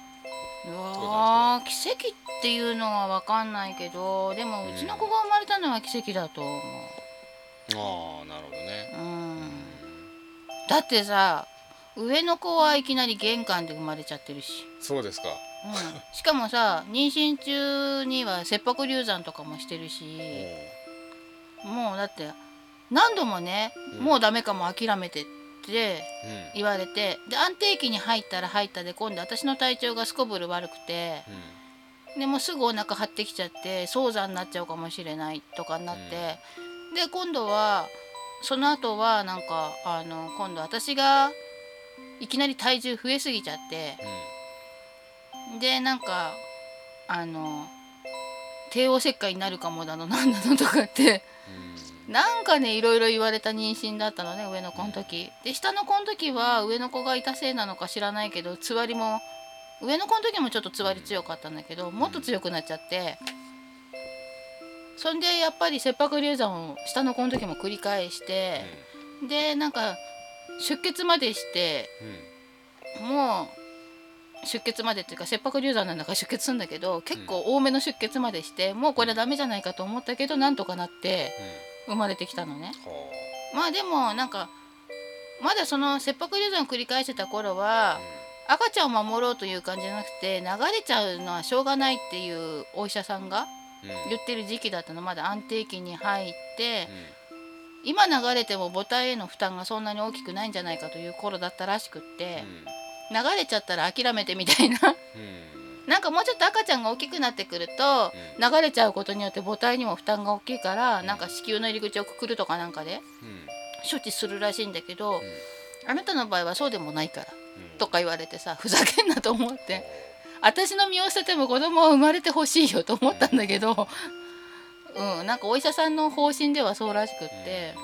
S1: うわー奇跡っていうのは分かんないけどでも
S2: うん
S1: うちの子が生まれたのは奇跡だと思
S2: ああなるほどね
S1: う、うん
S2: うん
S1: だってさ上の子はいきなり玄関で生まれちゃってるし、
S2: そうですか
S1: うん、しかもさ妊娠中には切迫流産とかもしてる
S2: お
S1: し
S2: ー
S1: もうだって何度もね、
S2: うん
S1: もうダメかも諦めてって
S2: うん
S1: 言われてで安定期に入ったら入ったで今度私の体調がすこぶる悪くて。
S2: う
S1: でもうすぐお腹張ってきちゃって早産になっちゃうかもしれないとかになって、で今度はその後はなんかあの今度私がいきなり体重増えすぎちゃって
S2: ん
S1: でなんかあの帝王切開になるかもだのなんだのとかって
S2: うん
S1: なんかねいろいろ言われた妊娠だったのね上の子の時。で下の子の時は上の子がいたせいなのか知らないけどつわりも上の子の時もちょっとつわり強かったんだけど、もっと強くなっちゃってそんでやっぱり切迫流産を下の子の時も繰り返して、でなんか出血までして
S2: うんうん
S1: もう出血までっていうか切迫流産なんだから出血するんだけど結構多めの出血までしてもうこれダメじゃないかと思ったけどなんとかなって生まれてきたのね。
S2: うんは
S1: まあでもなんかまだその切迫流産を繰り返してた頃は
S2: あうん
S1: 赤ちゃんを守ろうという感じじゃなくて流れちゃうのはしょうがないっていうお医者さんが
S2: うん
S1: 言ってる時期だったのまだ安定期に入って
S2: うん
S1: 今流れても母体への負担がそんなに大きくないんじゃないかという頃だったらしくって流れちゃったら諦めてみたいな
S2: うん
S1: なんかもうちょっと赤ちゃんが大きくなってくると
S2: うん
S1: 流れちゃうことによって母体にも負担が大きいからなんか子宮の入り口をくくるとかなんかで
S2: うん
S1: 処置するらしいんだけど、
S2: うん
S1: あなたの場合はそうでもないから
S2: うん
S1: とか言われてさふざけんなと思って
S2: は
S1: 私の身を捨てても子供は生まれてほしいよと思ったんだけど、うん、なんかお医者さんの方針ではそうらしくっ
S2: あ
S1: て、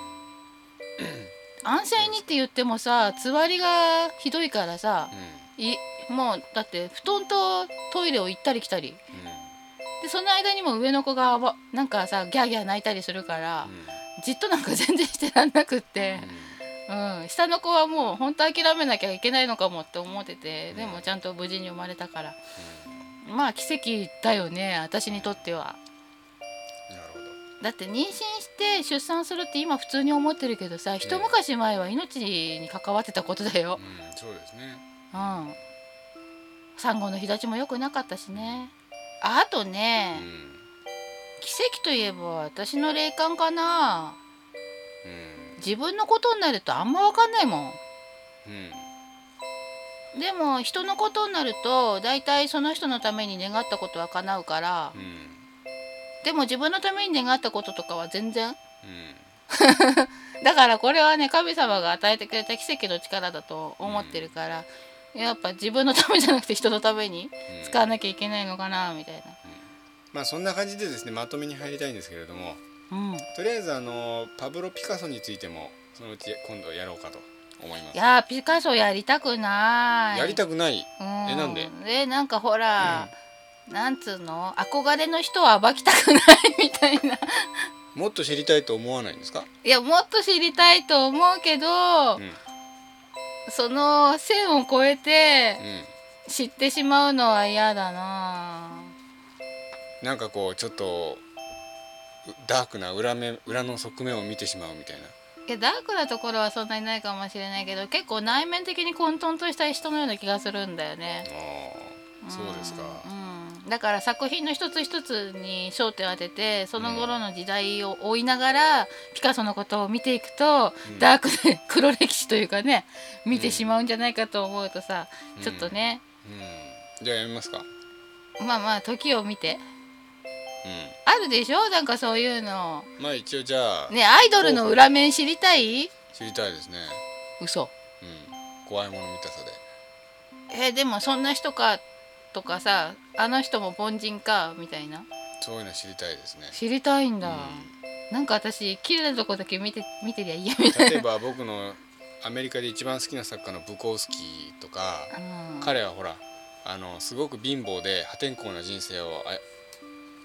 S1: 安静にって言ってもさつわりがひどいからさ
S2: う、ん
S1: いもうだって布団とトイレを行ったり来たり
S2: うん
S1: でその間にも上の子がわなんかさギャーギャー泣いたりするから、じっとなんか全然してらんなくって。
S2: うんうん
S1: うん、下の子はもう本当諦めなきゃいけないのかもって思っててでもちゃんと無事に生まれたからまあ奇跡だよね私にとっては
S2: なるほど
S1: だって妊娠して出産するって今普通に思ってるけどさ一昔前は命に関わってたことだよ
S2: うんそうですね
S1: うん産後の日立ちも良くなかったしねああと
S2: う
S1: ね
S2: ん
S1: 奇跡といえば私の霊感かな
S2: うん
S1: 自分のことになるとあんま分かんないもん
S2: うん
S1: でも人のことになると大体その人のために願ったことは叶うから
S2: うん
S1: でも自分のために願ったこととかは全然
S2: うん
S1: だからこれはね神様が与えてくれた奇跡の力だと思ってるから、やっぱ自分のためじゃなくて人のために
S2: うん
S1: 使わなきゃいけないのかなみたい
S2: まあそんな感じでですねまとめに入りたいんですけれども
S1: なうんい
S2: とりあえずあのパブロ・ピカソについてもそのうち今度やろうかと思いますや,、
S1: やーピカソやりたくない
S2: りたくない
S1: うん
S2: えなんで
S1: えなんかほら、なんつうの憧れの人を暴きたくないみたいな
S2: もっと知りたいと思わないんですか、
S1: いやもっと知りたいと思うけど、
S2: うんうん
S1: その線を越えて知ってしまうのは嫌だな
S2: なんかこうちょっとうダークな裏面裏の側面を見てしまうみたい
S1: いやダークなところはそんなにないかもしれないけど結構内面的に混沌とした人のような気がするんだよね
S2: なああそうですか
S1: うんうんだから作品の一つ一つに焦点を当ててその頃の時代を追いながら、ピカソのことを見ていくと、
S2: うん
S1: ダークで黒歴史というかね見てしまうんじゃないかと思うとさ、
S2: うん
S1: ちょっとね
S2: うんじゃあやめますか
S1: まあまあ時を見て
S2: う
S1: あるでしょなんかそういうの。
S2: んまあ一応じゃあ、
S1: ねアイドルの裏面知りたい
S2: 知りたいですね
S1: 嘘
S2: うん怖いもの見たさで
S1: えでもそんな人かとかさあの人も凡人かみたいな
S2: そういうの知りたいですね
S1: 知りたいん
S2: う
S1: だ、
S2: ん
S1: なんか私綺麗なとこだけ見て見てりゃ嫌みたい
S2: 例えば僕のアメリカで一番好きな作家のブコウスキーとか
S1: うん
S2: 彼はほらあのすごく貧乏で破天荒な人生を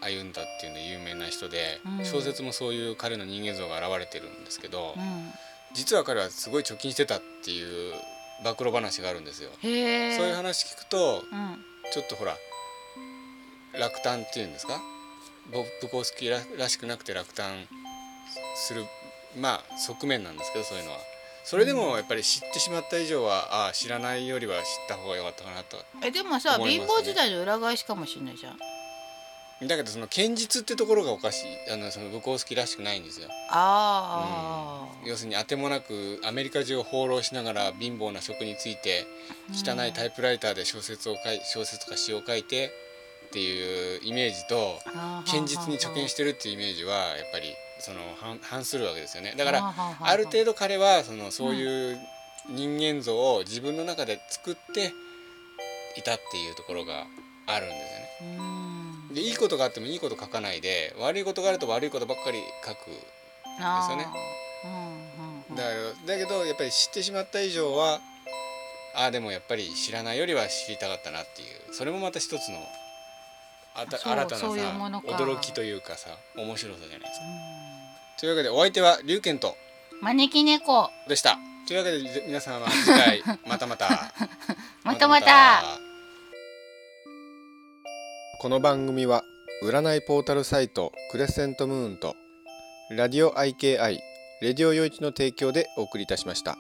S2: あ歩んだっていうので有名な人で、
S1: うん
S2: 小説もそういう彼の人間像が現れてるんですけど、
S1: うん
S2: 実は彼はすごい貯金してたっていう暴露話があるんですよ。
S1: へえ
S2: そういう話聞くと
S1: うん
S2: ちょっとほら落胆っていうんですかボブコウスキーららしくなくて落胆するまあ側面なんですけどそういうのはそれでもやっぱり知ってしまった以上はああ知らないよりは知った方が良かったかなと
S1: えでもさ、
S2: 思い
S1: 貧
S2: ますね
S1: 乏時代の裏返しかもしれないじゃん
S2: だけどその堅実ってところがおかしいあのそのブコウスキーらしくないんですよ
S1: ああ、
S2: 要するにあてもなくアメリカ中を放浪しながら貧乏な職について汚いタイプライターで小説を書い小説とか詩を書いてっていうイメージと堅実に貯金しててるっていうイメージはやっぱりその反反するわけですよねだから
S1: ら
S2: ある程度彼はそのそういう人間像を自分の中で作っていたっていうところがあるんですよね。
S1: 度うん
S2: でいいことがあってもいいこと書かないで悪いことがあると悪いことばっかり書く
S1: あー
S2: ですよね
S1: うんうんうん
S2: だからだけどやっぱり知ってしまった以上はああでもやっぱり知らないよりは知りたかったなっていうそれもまた一つのあた
S1: そう
S2: 新たなさ
S1: そういうものか
S2: 驚きというかさ面白さじゃないですか。
S1: う
S2: というわけでお相手は龍賢と
S1: ん招き猫
S2: でした。というわけで皆さんは次回 またまた。
S1: またまた
S2: この番組は占いポータルサイトクレセントムーンとラディオ IKI レディオ陽一の提供でお送りいたしました。